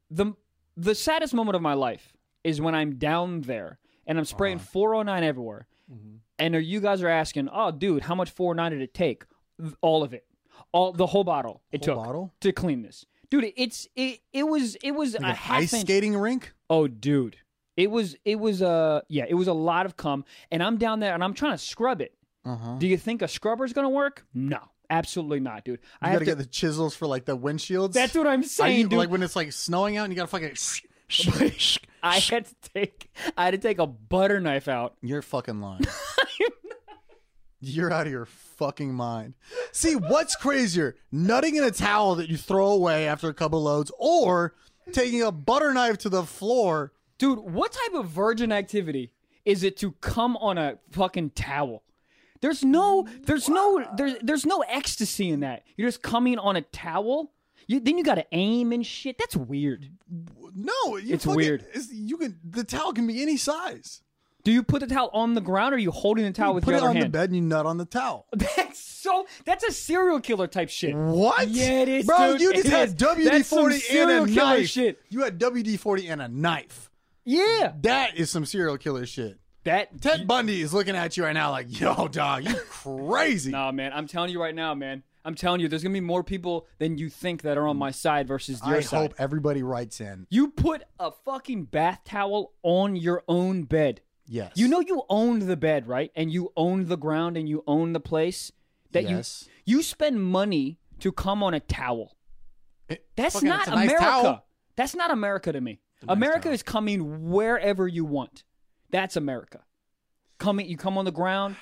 the the saddest moment of my life is when I'm down there and I'm spraying
Uh-huh.
409 everywhere,
Mm-hmm.
and are, you guys are asking, oh dude, how much 409 did it take? Th- All of it, all the whole bottle it
Whole
took
bottle?
to clean this. Dude, it's it it was it was a
Like an
half
ice
inch-
skating rink.
Oh, dude, it was it was uh, yeah, it was a lot of cum, and I'm down there and I'm trying to scrub it.
Uh huh.
Do you think a scrubber's gonna work? No, absolutely not, dude. I
You
have
gotta
to.
get the chisels for like the windshields.
that's what I'm
I
saying,
need-
dude.
Like when it's like snowing out and you gotta fucking.
I had to take I had to take a butter knife out.
You're fucking lying. You're out of your fucking mind. See, what's crazier? Nutting in a towel that you throw away after a couple loads or taking a butter knife to the floor.
Dude, what type of virgin activity is it to come on a fucking towel? There's no, there's no, there's, there's no ecstasy in that. You're just coming on a towel. You, then you got to aim and shit. That's weird.
No, you
It's
fucking-
weird.
It's, you can the towel can be any size.
Do you put the towel on the ground or are you holding the towel with
Put
your
it
other
on the
hand?
bed and you nut on the towel.
That's so. That's a serial killer type shit.
What?
Yeah, it is,
Bro,
dude.
you
It
just
is.
had WD
That's some
forty and
serial
a
killer
knife.
shit.
You had WD forty and a knife.
Yeah.
That is some serial killer shit.
That.
Ted Bundy is looking at you right now like, yo, dog, you crazy.
Nah, man. I'm telling you right now, man. I'm telling you, there's gonna be more people than you think that are on my side versus your
I
side.
hope everybody writes in.
You put a fucking bath towel on your own bed.
Yes.
You know you owned the bed, right? And you owned the ground and you own the place that
Yes.
you you spend money to come on a towel.
It-
That's
fucking-
not
it's a nice
America.
towel.
That's not America to me.
nice
America
towel.
is coming wherever you want. That's America. Coming, you come on the ground.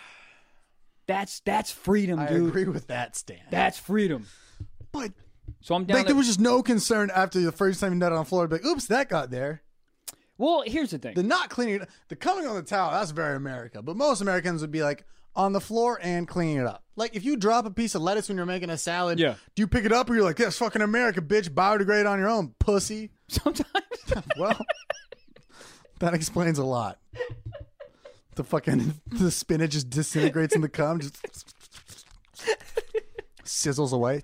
That's that's freedom,
I
dude.
agree with that, Stan.
That's freedom.
But
So I'm down.
like
there-
there was just no concern after the first time you nut on the floor. Like, oops, that got there.
well, here's the thing.
The not cleaning, it- the coming on the towel. That's very America. But most Americans would be like on the floor and cleaning it up.
like if you drop a piece of lettuce when you're making a salad,
Yeah.
Do you pick it up or you're like, that's fucking America, bitch. Biodegrade on your own, pussy.
Sometimes
Well, that explains a lot. The fucking the spinach just disintegrates in the cum, just sizzles away,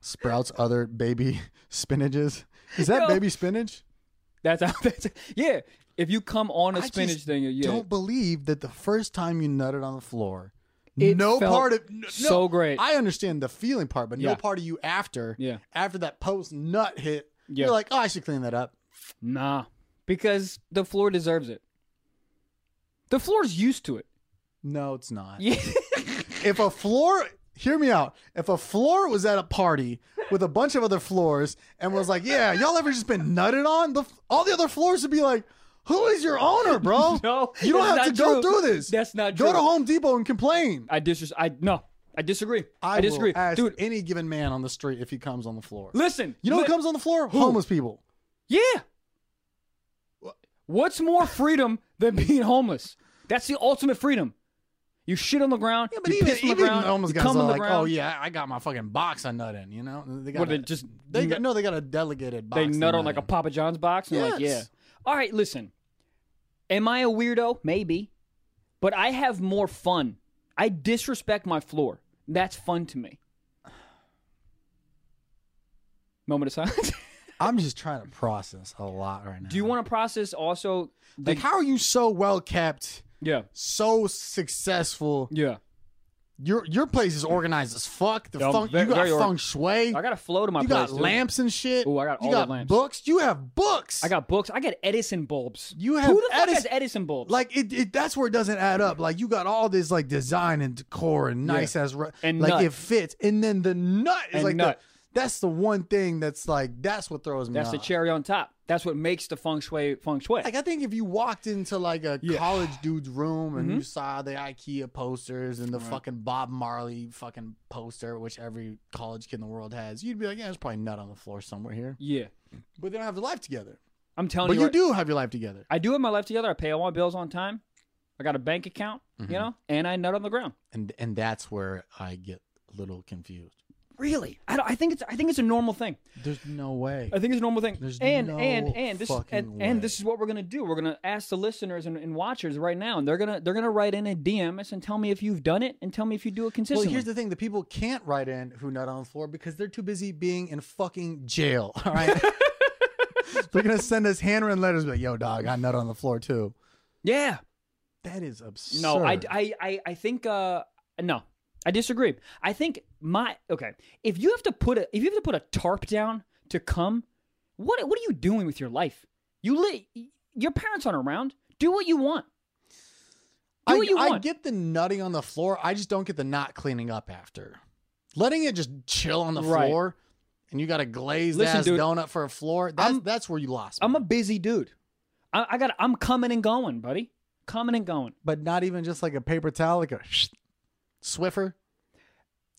sprouts other baby spinaches. Is that
Yo.
baby spinach?
that's how. That's yeah. If you come on a
I
spinach
just
thing, yeah,
Don't believe that the first time you nutted on the floor,
It
no
felt
part of n- no,
so great.
I understand the feeling part, but
Yeah.
no part of you after
Yeah.
after that post nut hit,
Yeah.
you're like, oh, I should clean that up.
nah, because the floor deserves it. The floor's used to it.
No, it's not.
Yeah.
if a floor hear me out if a floor was at a party with a bunch of other floors and was like yeah y'all ever just been nutted on the all the other floors would be like who is your owner bro
No,
you don't
that's
have to
not
go
true.
through this
That's not
go
true.
to home depot and complain
I dis. I no. I disagree. I,
will
disagree,
ask
dude.
any given man on the street if he comes on the floor
Listen,
you know
li-
who comes on the floor homeless people
Yeah. What's more freedom than being homeless? That's the ultimate freedom. You shit on the ground.
yeah, but
you
even,
piss on the
even
ground,
homeless
you
guys are
come on the
like,
ground.
oh yeah, I got my fucking box I nut in. You know, they got
What, they
a,
just
they
nut,
got, no, they got a delegated box.
they nut on
in.
like a Papa John's box and they're like, yeah.
Yes.
All right, listen. Am I a weirdo? Maybe. But I have more fun. I disrespect my floor. That's fun to me. Moment of silence.
I'm just trying to process a lot right now.
Do you want to process also the
Like, how are you so well kept,
Yeah.
so successful?
Yeah.
Your your place is organized as fuck. The
Yeah, I'm
feng,
ve-
you got
very or-
feng shui.
I got a flow to my
you
place.
got
dude.
lamps and shit.
Ooh, I got
you
all the
got
lamps.
books. You have books.
I got books. I got Edison bulbs.
You have
Who the fuck
Edison-
has Edison bulbs?
like it, it. That's where it doesn't add up. Like you got all this like design and decor and nice as re-
And
like
nut.
it fits, and then the nut is
And
like the-
nut.
that's the one thing that's like that's what throws me.
That's the
off.
cherry on top. That's what makes the feng shui feng shui.
Like I think if you walked into like a
Yeah.
college dude's room and you saw the IKEA posters and the fucking Bob Marley fucking poster, which every college kid in the world has, you'd be like, yeah, there's probably nut on the floor somewhere here.
yeah,
But they don't have their life together.
I'm telling
But
you,
you
right-
do have your life together.
I do have my life together. I pay all my bills on time. I got a bank account,
Mm-hmm.
you know, and I nut on the ground.
And and that's where I get a little confused.
Really, I, don't, I think it's I think it's a normal thing.
There's no way.
I think it's a normal thing.
There's
and
no
and and this
fucking
and, and this
way.
is what we're gonna do. We're gonna ask the listeners and, and watchers right now, and they're gonna they're gonna write in and DM us and tell me if you've done it and tell me if you do it
Well,
consistently.
here's the thing: the people can't write in who nut on the floor because they're too busy being in fucking jail. All right, they're gonna send us handwritten letters like, "Yo, dog, I nut on the floor too."
yeah,
That is absurd.
No, I, I, I, I think uh, no, I disagree. I think my okay. If you have to put a if you have to put a tarp down to come, what what are you doing with your life? You li- your parents aren't around. Do what you want. Do
I,
what you
I
want.
get the nutting on the floor. I just don't get the not cleaning up after. Letting it just chill on the
Right.
floor and you got a glazed
Listen,
ass
dude,
donut for a floor. That's,
I'm-
that's where you lost.
I'm
me.
a busy dude. I, I got. I'm coming and going, buddy. Coming and going.
but not even just like a paper towel, like a Swiffer.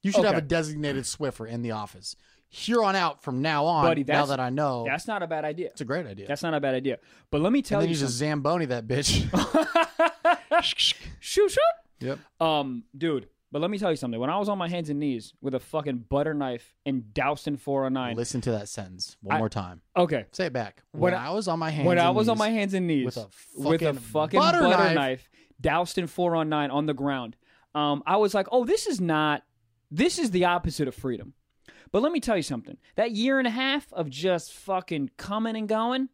You should have
Okay.
a designated Swiffer in the office. Here on out from now on,
Buddy,
now
that's-
that I know,
That's not a bad idea.
it's a great idea.
That's not a bad idea. But let me
Oh. and
tell
then you
you.
just Zamboni that bitch.
something. shoot, shoot.
yep.
Um, dude, but let me tell you something. When I was on my hands and knees with a fucking butter knife and dousing 409.
Listen to that sentence one
I-
more time.
Okay.
Say it back. When,
I-
I was on my hands,
when I
and
was on
knees-
my hands and knees
with a
with a
fucking
fucking butter,
butter
knife.
knife.
doused in 409 on the ground, um, I was like, oh, this is not, this is the opposite of freedom. But let me tell you something. That year and a half of just fucking coming and going,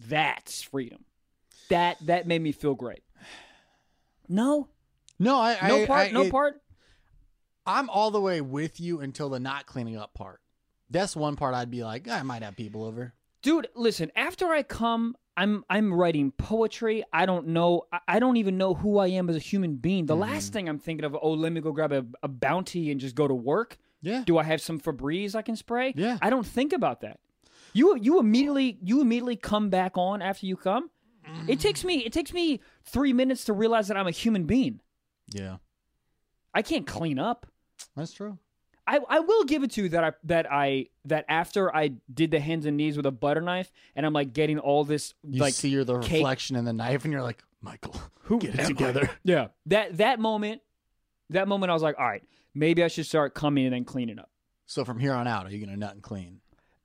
that's freedom. That that made me feel great. No,
no, I,
no
I-
part,
I-
no
it-
part.
I'm all the way with you until the not cleaning up part. That's one part I'd be like, I might have people over.
dude listen after i come i'm i'm writing poetry i don't know i, I don't even know
Mm.
who i am as a human being the last thing i'm thinking of oh let me go grab a, a bounty and just go to work
Yeah.
Do I have some Febreze I can spray?
Yeah.
I don't think about that. You you immediately you immediately come back on after you come. It takes me it takes me three minutes to realize that I'm a human being.
Yeah.
I can't clean up.
That's true.
I, I will give it to you that I that I that after I did the hands and knees with a butter knife and I'm like getting all this
You
like
see your the
cake-
reflection in the knife and you're like, Michael,
Who
get
am
it
I?
together.
yeah that that moment that moment I was like all right maybe I should start coming and then cleaning up
So from here on out, are you gonna nut and clean?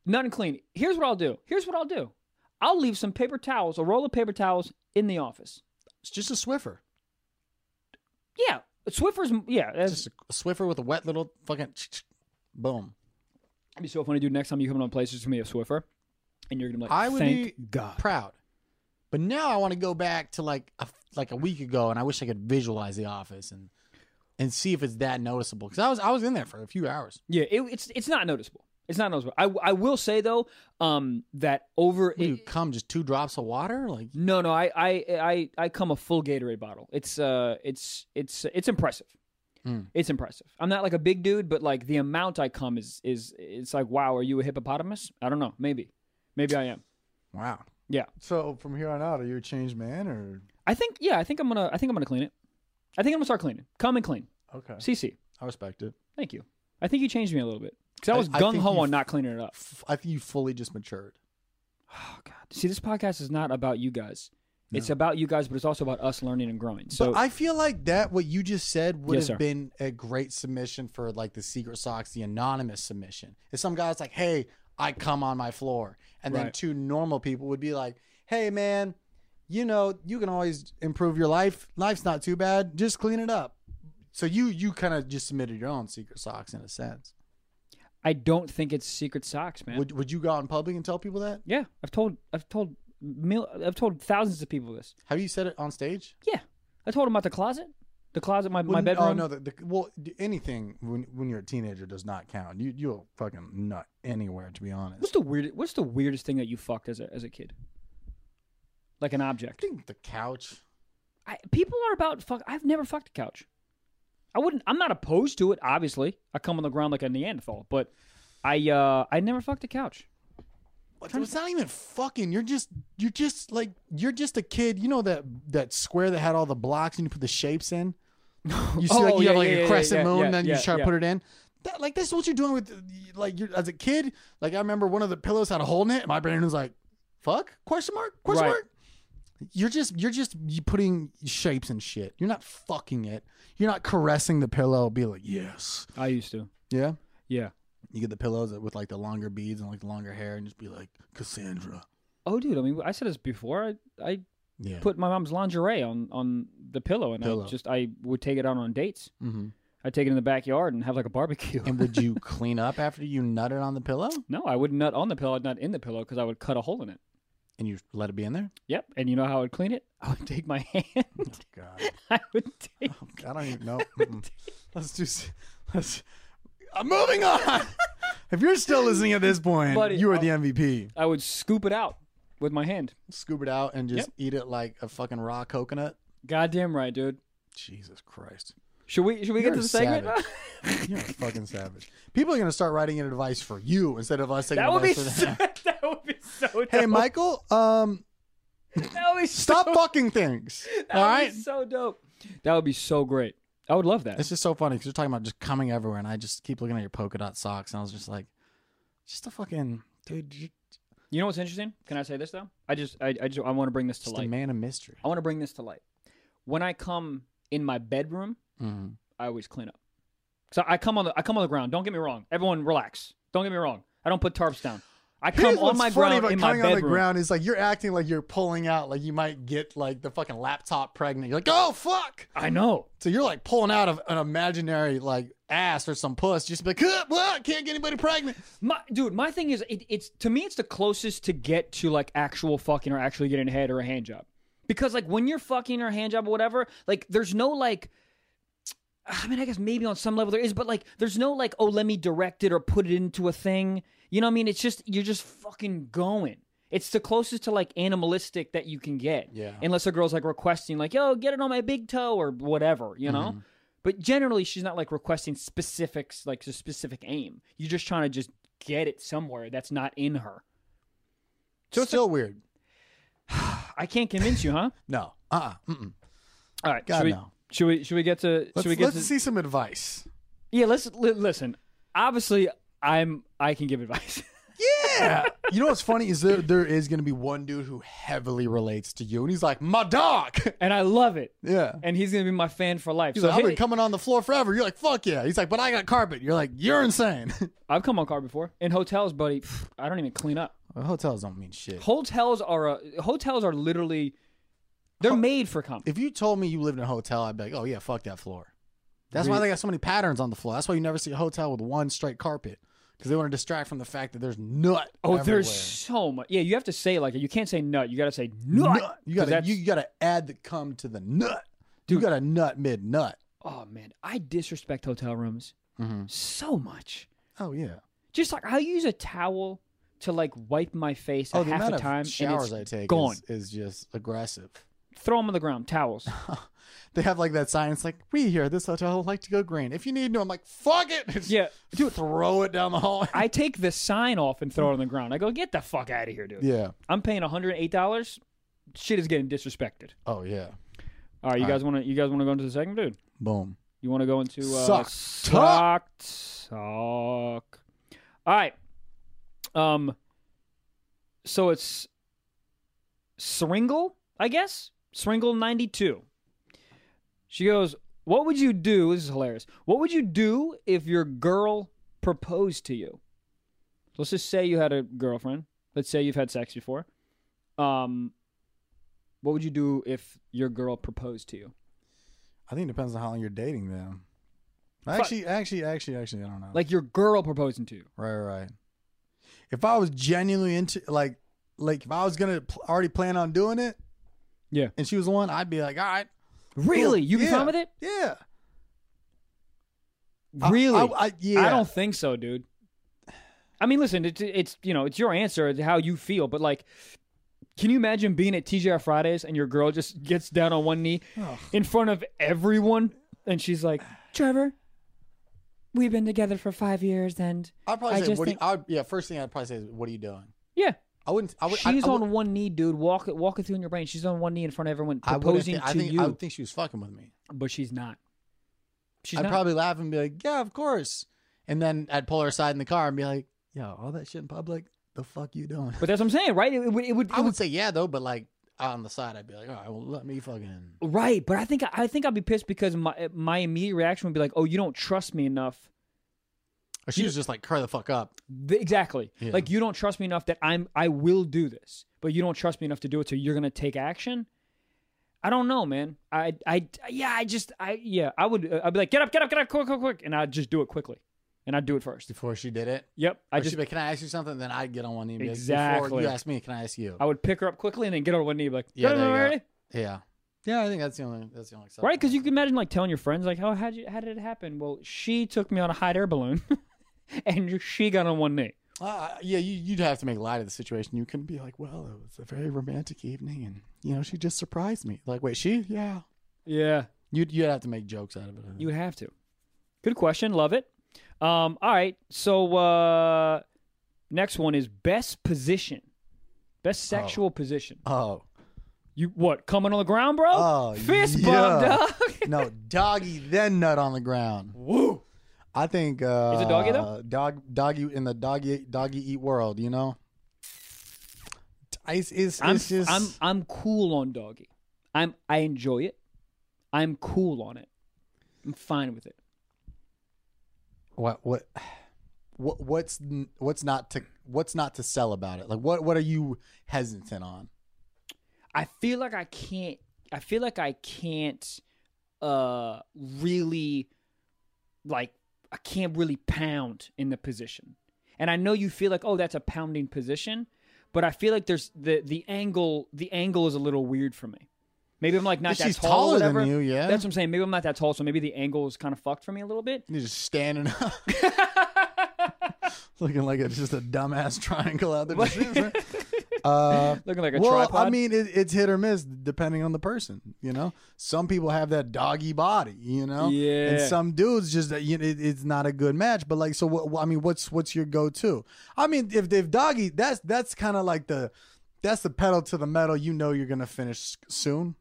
not clean here's what I'll do here's what I'll do I'll leave some paper towels a roll of paper towels in the office
It's just a Swiffer.
yeah Swiffer's yeah that's,
Just a, a Swiffer with a wet little fucking boom.
it'd be so funny dude next time you come on place it's gonna be a Swiffer and you're gonna be like
I would
thank
be
God
proud. But now I want to go back to like a, like a week ago, and I wish I could visualize the office and and see if it's that noticeable. Because I was I was in there for a few hours.
Yeah, it, it's it's not noticeable. It's not noticeable. I, I will say though, um, that over.
What do you
it-
come just two drops of water? Like
no, no, I, I I I come a full Gatorade bottle. It's uh, it's it's it's impressive.
Mm.
It's impressive. I'm not like a big dude, but like the amount I come is is it's like wow. Are you a hippopotamus? I don't know. Maybe, maybe I am.
wow,
So from here on out, are you a changed man or
I think yeah. I think I'm gonna I think I'm gonna clean it. I think I'm gonna start cleaning. Come and clean.
okay?
CC,
I respect it.
thank you. I think you changed me a little bit because
I-
I was
I
gung
think
ho
you-
on not cleaning it up.
F- I think you fully just matured.
Oh God! See, this podcast is not about you guys. It's about you guys, but it's also about us learning and growing. So
but I feel like that what you just said would
Yes,
have
sir.
been a great submission for like the secret socks, the anonymous submission. If some guy's like, "Hey, I come on my floor," and then
Right.
two normal people would be like, "Hey, man, you know you can always improve your life. Life's not too bad. Just clean it up." So you you kind of just submitted your own secret socks in a sense.
I don't think it's secret socks, man.
Would would you go out in public and tell people that?
yeah, I've told, I've told, mil- I've told thousands of people this.
Have you said it on stage?
Yeah, I told them about the closet, the closet, my, my
Well,
bedroom.
Oh no, the, the well d- anything when when you're a teenager does not count. You you'll fucking nut anywhere to be honest.
What's the weird? What's the weirdest thing that you fucked as a as a kid? Like an
I
object.
think the couch.
I, people are about fuck. I've never fucked a couch. I wouldn't. I'm not opposed to it. Obviously, I come on the ground like a Neanderthal, but I uh I never fucked a couch.
It's not even fucking. You're just you're just like you're just a kid. You know that that square that had all the blocks and you put the shapes in. You see,
Oh,
like you
yeah,
have like
yeah,
a
yeah,
crescent
yeah,
moon,
yeah,
and then
yeah,
you try
yeah.
to put it in. That like this is what you're doing with like you're, as a kid. Like I remember one of the pillows had a hole in it. And my brain was like, "Fuck?" Question mark? Question
Right.
mark? You're just you're just you putting shapes and shit. You're not fucking it. You're not caressing the pillow. Be like, yes,
I used to.
yeah.
Yeah.
You get the pillows with like the longer beads and like the longer hair, and just be like Cassandra.
Oh, dude. I mean, I said this before. I, I
Yeah.
put my mom's lingerie on on the pillow, and
Pillow.
I just I would take it out on dates.
mm-hmm.
I'd take it in the backyard and have like a barbecue.
And would you clean up after you nutted on the pillow
no, I would nut on the pillow, not in the pillow, because I would cut a hole in it.
and you let it be in there?
Yep. And you know how I would clean it? I would take my hand.
God,
I would take.
I don't even know. Mm-mm. Oh, let's just let's. I'm moving on.
If you're still listening at this point,
Buddy, oh.
you are
I'll-
the MVP.
I would scoop it out with my hand.
Scoop it out and just
Yep.
eat it like a fucking raw coconut.
Goddamn right, dude.
Jesus Christ,
Should we should we
You're
get to the
a
segment?
savage. you're a fucking savage. People are gonna start writing in advice for you instead of us taking
that would be
advice for
so,
them.
that would be so.
Hey,
dope.
Michael, um,
That would be
stop
so,
fucking things.
That
All
would
right,
be so dope. That would be so great. I would love that.
It's just so funny because you're talking about just coming everywhere, and I just keep looking at your polka dot socks, and I was just like, just a fucking dude, you're
You know what's interesting? Can I say this though? I just, I, I just, I want to bring this to
just a
light.
man of mystery.
I want to bring this to light. When I come in my bedroom,
Mhm.
I always clean up. So I come on the, I come on the ground. Don't get me wrong. Everyone, relax. Don't get me wrong. I don't put tarps down. I come
Here's
on
what's
my
funny
ground
about
in my
coming
bedroom.
on the ground is like you're acting like you're pulling out, like you might get like the fucking laptop pregnant. You're like, oh fuck!
I know.
So you're like pulling out of an imaginary like ass or some puss, just like, "Huh, what? Can't get anybody pregnant.
My dude, my thing is, it, it's to me, it's the closest to get to like actual fucking or actually getting a head or a hand job, because like when you're fucking or hand job or whatever, like there's no like. I mean, I guess maybe on some level there is, but like there's no like, oh, let me direct it or put it into a thing. You know what I mean? It's just you're just fucking going. It's the closest to like animalistic that you can get.
Yeah. Mm-hmm.
Unless a girl's like requesting, like, yo, get it on my big toe or whatever, you know? But generally, she's not like requesting specifics, like a specific aim. You're just trying to just get it somewhere that's not in her.
So it's still weird.
I can't convince you, huh?
No. Uh. uh mm
All right,
God
should we,
no.
Should we should we get to
Let's,
should we get
let's
to
see some advice.
yeah? Let's li- listen. Obviously, I'm I can give advice.
Yeah. you know what's funny is there there is gonna be one dude who heavily relates to you, and he's like, my dog.
and I love it.
yeah.
And he's gonna be my fan for life.
He's
so
like, I've
hit-
been coming on the floor forever. You're like, fuck yeah. He's like, but I got carpet. You're like, you're insane.
I've come on car before in hotels, buddy. pff, I don't even clean up.
Hotels don't mean shit.
Hotels are a, hotels are literally they're made for comedy.
If you told me you lived in a hotel, I'd be like, oh yeah, fuck that floor. That's why they got so many patterns on the floor. That's why you never see a hotel with one straight carpet because they want to distract from the fact that there's nut.
Oh,
everywhere.
there's so much. Yeah, you have to say it like you can't say nut. You gotta say nut.
nut. You
'cause
gotta
that's-
you gotta add the cum to the nut.
Dude.
You gotta nut mid nut.
oh man, I disrespect hotel rooms
Mhm.
so much.
Oh yeah.
Just like I use a towel to like wipe my face
Oh,
at
the
half
amount
the
of
time.
showers
and
I
it's
take
gone.
is, is just aggressive.
Throw them on the ground. Towels.
They have like that sign. It's like we here at this hotel like to go green. If you need to, I'm like fuck it. Just
yeah,
dude, throw it down the hallway.
I take the sign off and throw it on the ground. I go get the fuck out of here, dude.
yeah.
I'm paying 108 dollars. Shit is getting disrespected.
Oh yeah.
All right, you guys want to you guys want to go into the second, dude?
Boom.
You want to go into uh,
Suck.
suck, suck. All right. Um. So it's Sringle, I guess. Sringle ninety two. She goes, "What would you do?" This is hilarious. What would you do if your girl proposed to you? Let's just say you had a girlfriend. Let's say you've had sex before. Um, what would you do if your girl proposed to you?
I think it depends on how long you're dating them.
Fuck.
Actually, actually, actually, actually, I don't know.
Like your girl proposing to you.
right, right. If I was genuinely into like, like if I was gonna pl- already plan on doing it,
Yeah.
and she was the one, I'd be like, all right,
Really? You be
Yeah.
fine with it?
yeah, I-
Really?
I,
I,
I- yeah,
don't think so, dude. I mean, listen, it's, it's you know, it's your answer, it's how you feel, but like, can you imagine being at TGI Fridays and your girl just gets down on one knee
Ugh.
in front of everyone and she's like, Trevor, we've been together for five years and
I'd probably
I
say,
just
what do you,
think-
I would, yeah, first thing I'd probably say is, what are you doing?
yeah,
I wouldn't. I would. I-
she's
I, would,
on one knee, dude. Walk it, walk it through in your brain. She's on one knee in front of everyone,
I wouldn't
proposing
think- I
to
think,
you,
I would think she was fucking with me.
but she's not. She's
I'd
not.
probably laugh and be like, yeah, of course, and then I'd pull her aside in the car and be like, yo, all that shit in public, the fuck you doing?
but that's what I'm saying, right? It, would, it would, it
I
would
would say yeah though, but like on the side, I'd be like, all right, well, let me fucking.
Right, but I think I think I'd be pissed because my my immediate reaction would be like, "Oh, you don't trust me enough."
Or she was just like, curl the fuck up.
Th- exactly.
Yeah.
Like you don't trust me enough that I'm I will do this, but you don't trust me enough to do it, so you're gonna take action. I don't know, man. I I yeah, I just I yeah, I would uh, I'd be like, get up, get up, get up, quick, quick, quick, and I'd just do it quickly, and I'd do it first.
Before she did it,
Yep, I
I just
just
she'd be like, can I ask you something? Then I'd get on one knee. And be Like, Before
Exactly.
you ask me, can I ask you?
I would pick her up quickly and then get on one knee, and be like,
Yeah,
"Get up,
there you go.
ready?"
yeah, yeah. I think that's the only that's the only exception.
right? Because you can imagine like telling your friends like, "Oh, how you how did it happen?" Well, she took me on a hot air balloon, and she got on one knee.
Uh, yeah, you, you'd have to make light of the situation. You couldn't be like, well, it was a very romantic evening, and you know, she just surprised me. Like, wait, she? Yeah.
Yeah.
You'd you'd have to make jokes out of it. I think.
You would have to. Good question. Love it. Um, all right. So uh, next one is best position, best sexual position.
oh,
You what? Coming on the ground, bro?
Oh,
Fist
yeah.
bump, dog.
no, doggy then nut on the ground.
Woo.
I think uh,
it doggy, though?
Dog doggy in the doggy doggy eat world. You know, it's, it's,
I'm,
it's just
I'm I'm cool on doggy. I'm I enjoy it. I'm cool on it. I'm fine with it.
what what what what's n- what's not to what's not to sell about it like what what are you hesitant on
I feel like I can't. I feel like I can't uh really like I can't really pound in the position. And I know you feel like oh that's a pounding position, but I feel like there's the the angle the angle is a little weird for me. Maybe I'm like not
If
that
she's
tall or
taller than
whatever.
you, yeah.
That's what I'm saying. Maybe I'm not that tall, so maybe the angle is kind of fucked for me a little bit.
you're just standing up looking like it's just a dumbass triangle out there Just- Uh,
Looking like a
well,
tripod.
I mean, it, it's hit or miss depending on the person. You know, some people have that doggy body. You know, and
Yeah.
some dudes just that you know, it, it's not a good match. But like, so what? I mean, what's what's your go to? I mean, if they've doggy, that's that's kind of like the that's the pedal to the metal. You know, you're gonna finish soon.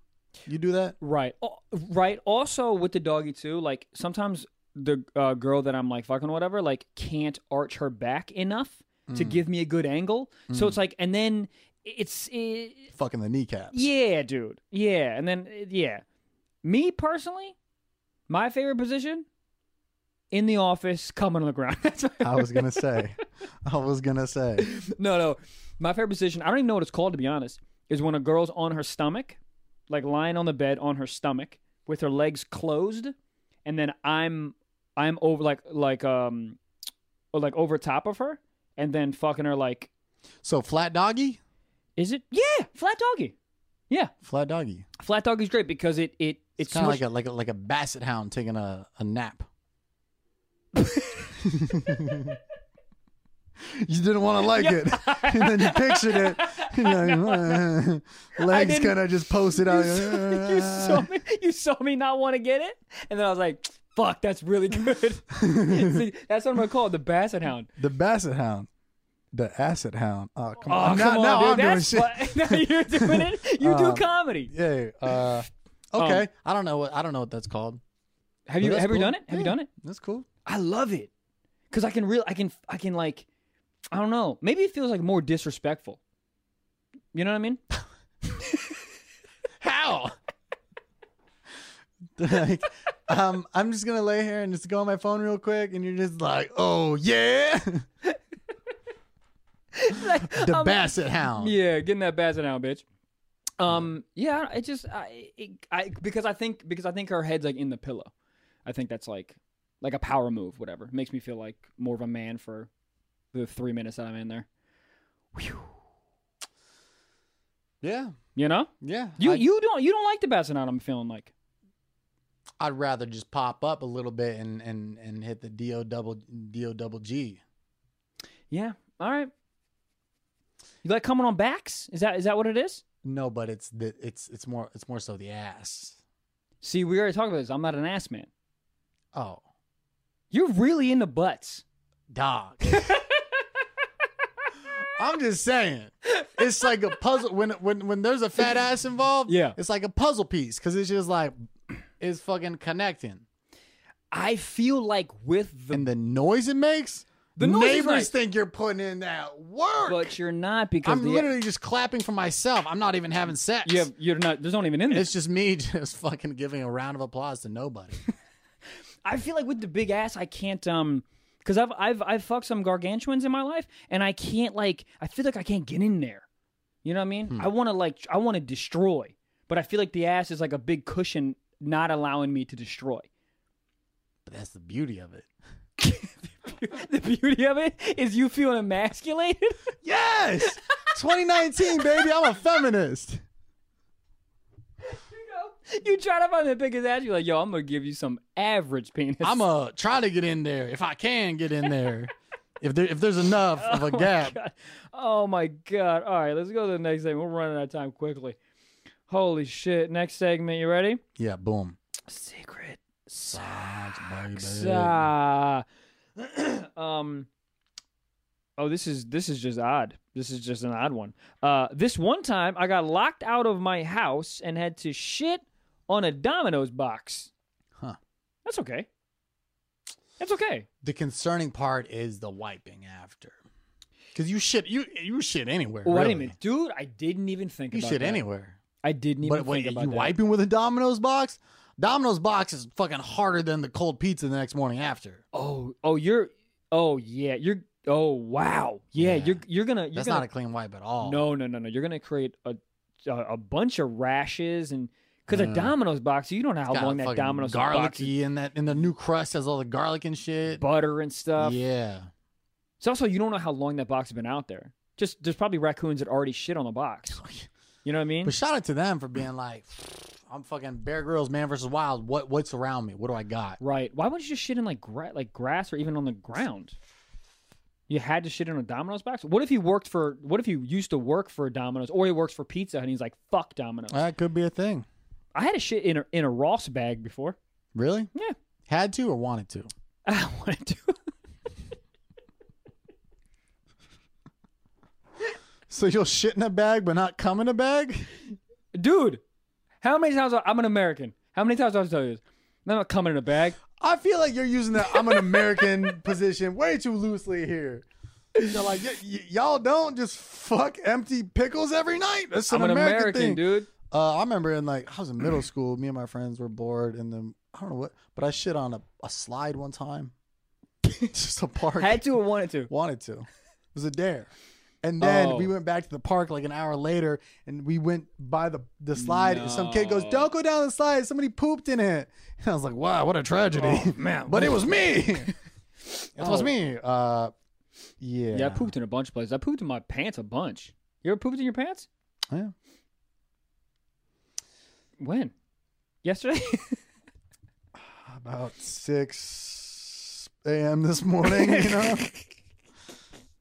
You do that.
Right. Oh, right. Also with the doggy too, like sometimes the uh, girl that I'm like fucking or whatever, like can't arch her back enough to give me a good angle. So it's like, and then it's it,
Fucking the kneecaps.
yeah, dude, yeah, and then uh, yeah. Me personally, my favorite position in the office, coming on the ground. That's my
I was gonna say. I was gonna say.
no, no. My favorite position, I don't even know what it's called to be honest, is when a girl's on her stomach, like lying on the bed on her stomach with her legs closed, and then I'm I'm over like like um or like over top of her and then fucking her like
So flat doggy,
is it yeah, flat doggy. Yeah.
flat doggy.
Flat doggy's great because it it
It's
it's
kind of like a like a like a basset hound taking a, a nap. you didn't want to like it, and then you pictured it. and you're like, legs
didn't-
kind of just posted
you,
out.
saw, you saw me you saw me not want to get it? And then I was like, fuck, that's really good. See, that's what I'm gonna call it, the basset hound.
the basset hound, the acid hound. Oh come
Oh,
on!
come
now,
on,
now
dude.
I'm doing
That's
shit.
what- now you're doing it. You do comedy.
Yeah. Uh,
Um,
okay. I don't know what I don't know what that's called.
Have you
Well, that's
have you
cool.
done it? Have you
Yeah,
done it?
That's cool.
I love it because I can real I can I can like I don't know. Maybe it feels like more disrespectful. You know what I mean?
How? like, um, I'm just gonna lay here and just go on my phone real quick, and you're just like, oh yeah,
Like,
the
I'm-
basset
Um,
hound.
Yeah, getting that basset out, bitch. Um, yeah, I don't- it just I, it, I because I think because I think her head's like in the pillow. I think that's like like a power move, whatever. It makes me feel like more of a man for the three minutes that I'm in there.
yeah,
You know,
yeah.
you
I,
you don't you don't like the basset out. I'm feeling like.
I'd rather just pop up a little bit and and and hit the do double do double g.
Yeah. All right. You like coming on backs? Is that is that what it is?
No, but it's the it's it's more it's more so the ass.
See, we already talked about this. I'm not an ass man.
Oh,
You're really into butts.
dog. I'm just saying, it's like a puzzle. When when when there's a fat ass involved,
Yeah.
it's like a puzzle piece because it's just like it's fucking connecting.
I feel like with the
and the noise it makes,
The
the
noise is
neighbors
nice.
think you're putting in that work.
but you're not because
I'm
the-
literally just clapping for myself. I'm not even having sex.
you have, you're not there's not even in this.
It's just me just fucking giving a round of applause to nobody.
I feel like with the big ass I can't um because I've I've I've fucked some gargantuans in my life and I can't like I feel like I can't get in there. You know what I mean? I want to like I want to destroy, but I feel like the ass is like a big cushion not allowing me to destroy.
but that's the beauty of it.
the beauty of it is you feel emasculated.
Yes! 2019, baby. I'm a feminist.
you try to find the biggest ass. You're like, yo, I'm gonna give you some average penis.
I'm a try to get in there if I can get in there. If there if there's enough of a gap.
Oh God. Oh my god! All right, let's go to the next segment. We're running out of time quickly. Holy shit! Next segment, you ready?
Yeah, boom.
Secret
Socks, baby.
Sa- um oh this is this is just odd this is just an odd one uh this one time i got locked out of my house and had to shit on a domino's box
Huh.
that's okay that's okay
The concerning part is the wiping after. Cuz you shit you you shit anywhere.
oh i
really.
didn't even dude i didn't even think
You
about
shit
that.
anywhere.
i didn't even
But
think
wait,
about
you
that.
wiping with a Domino's box? Domino's box is fucking harder than the cold pizza the next morning after.
oh oh you're oh yeah you're oh wow yeah,
Yeah.
you're you're gonna you're
That's
gonna
not a clean wipe at all.
No, no, no, no. You're gonna create a a, a bunch of rashes and because a
Mm.
Domino's box, you don't know how
It's got
long that
fucking
Domino's box is
garlicky and that and the new crust has all the garlic and shit.
butter and stuff.
yeah,
So also, you don't know how long that box has been out there. Just there's probably raccoons that already shit on the box. You know what I mean?
but shout out to them for being like, I'm fucking Bear Grylls, man versus wild. What what's around me? What do I got?
Right. Why wouldn't you just shit in like gra- like grass or even on the ground? You had to shit in a Domino's box. What if he worked for? What if he used to work for Domino's, or he works for Pizza Hut and he's like, "Fuck Domino's."
That could be a thing.
I had a shit in a, in a Ross bag before.
Really?
Yeah.
Had to or wanted to?
I wanted to.
So you'll shit in a bag but not come in a bag?
Dude, how many times I'm an American? How many times do I have to tell you this? I'm not coming in a bag.
I feel like you're using the I'm an American position way too loosely here. You're like, y- y- y'all don't just fuck empty pickles every night. That's
I'm
an,
an American,
thing.
dude.
Uh, I remember in like I was in middle school. Me and my friends were bored, and then I don't know what, but I shit on a, a slide one time. Just a park.
Had to or wanted to.
wanted to. It was a dare. And then
Oh.
we went back to the park like an hour later, and we went by the the slide, and some kid goes,
No.
"Don't go down the slide! Somebody pooped in it." And I was like, "Wow, what a tragedy!"
Oh, man.
but it was me. it was
Oh.
me. Uh, yeah.
Yeah, I pooped in a bunch of places. I pooped in my pants a bunch. You ever pooped in your pants?
Yeah.
When? Yesterday?
About six a.m. this morning, you know.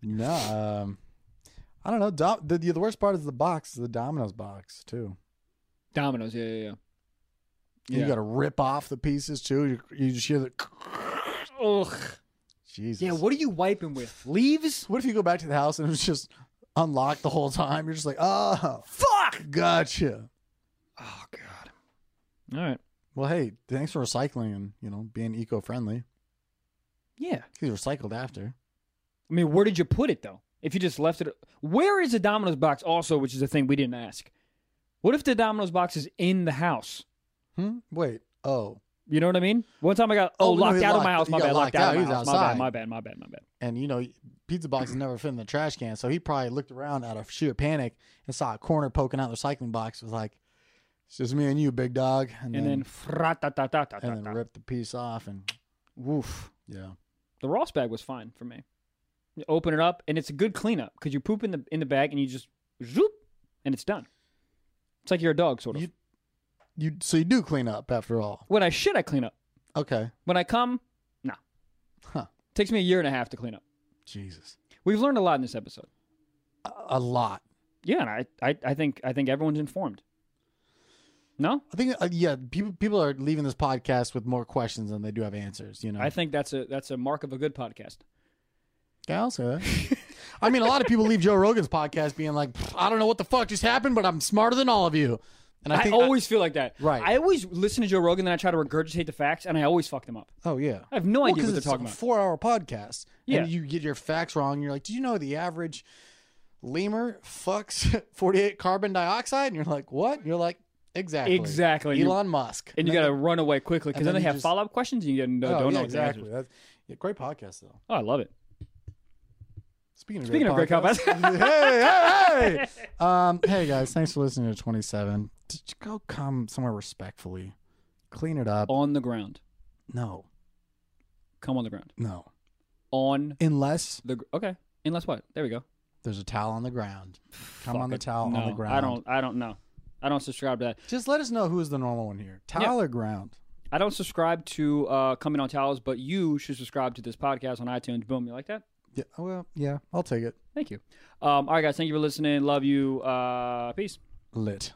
no, um, I don't know. Dom- the, the worst part is the box, the Domino's box too.
Domino's, yeah, yeah, yeah.
And You got to rip off the pieces too. You, you just hear the
Ugh.
Jesus.
Yeah, what are you wiping with? Leaves?
What if you go back to the house and it's just unlocked the whole time? You're just like, oh,
Fuck!
gotcha.
Oh, God. All right.
Well, hey, thanks for recycling and you know being eco-friendly.
Yeah.
He's recycled after.
I mean, where did you put it though? If you just left it, where is the Domino's box? Also, which is a thing we didn't ask. What if the Domino's box is in the house?
Hmm? Wait. Oh,
You know what I mean? One time I got oh,
Oh, no,
locked
he
out of my
locked-
house.
he
My
got
bad,
locked
locked out of
out,
my
he
house.
was
My bad,
outside.
my bad, my bad, my bad.
and you know, pizza boxes never fit in the trash can, so he probably looked around out of sheer panic and saw a corner poking out the recycling box. Was like, it's just me and you, big dog. And,
And then
then, and then
fra-ta-ta-ta-ta-ta-ta.
ripped the piece off and
Woof.
yeah.
The Ross bag was fine for me. You open it up, and it's a good cleanup because you poop in the in the bag, and you just zoop, and it's done. It's like you're a dog, sort of.
You- You so you do clean up after all.
when I shit, I clean up.
Okay.
When I come, nah.
Huh.
Takes me a year and a half to clean up.
Jesus.
We've learned a lot in this episode.
A, a lot.
Yeah, and I, I, I think I think everyone's informed. No,
I think uh, yeah, people people are leaving this podcast with more questions than they do have answers. You know,
I think that's a that's a mark of a good podcast.
Yeah, I'll say that. I mean, a lot of people leave Joe Rogan's podcast being like, "Pfft, I don't know what the fuck just happened, but I'm smarter than all of you. And I
I,
think uh,
always feel like that.
Right.
I always listen to Joe Rogan, then I try to regurgitate the facts, and I always fuck them up.
oh yeah,
I have no idea what they're
it's
talking
a
about.
four-hour podcast.
Yeah.
and you get your facts wrong. And you're like, do you know the average lemur fucks 48 carbon dioxide? And you're like, what? And you're like, exactly,
Exactly. And you-
Elon Musk.
and you got to run away quickly because
and
then,
then
they
you
have
just-
follow up questions, and you get,
oh,
don't know
yeah,
what the answer
exactly.
is.
That's yeah, great podcast though.
Oh, I love it.
Speaking of
Speaking of great
podcasts- hey, hey, hey! Um, hey guys, thanks for listening to 27. Just Go come somewhere respectfully, clean it up.
On the ground,
No,
come on the ground.
no.
On
Unless
the gr- okay. Unless what? There we go.
there's a towel on the ground, come
Fuck
on the
it.
towel
No,
on the ground.
I don't. I don't know. I don't subscribe to that.
Just let us know who's the normal one here. Towel or ground?
I don't subscribe to uh, coming on towels, but you should subscribe to this podcast on iTunes. Boom, you like that?
Yeah. oh, Well, yeah. I'll take it.
Thank you. Um, all right, guys, thank you for listening. Love you. Uh, peace.
Lit.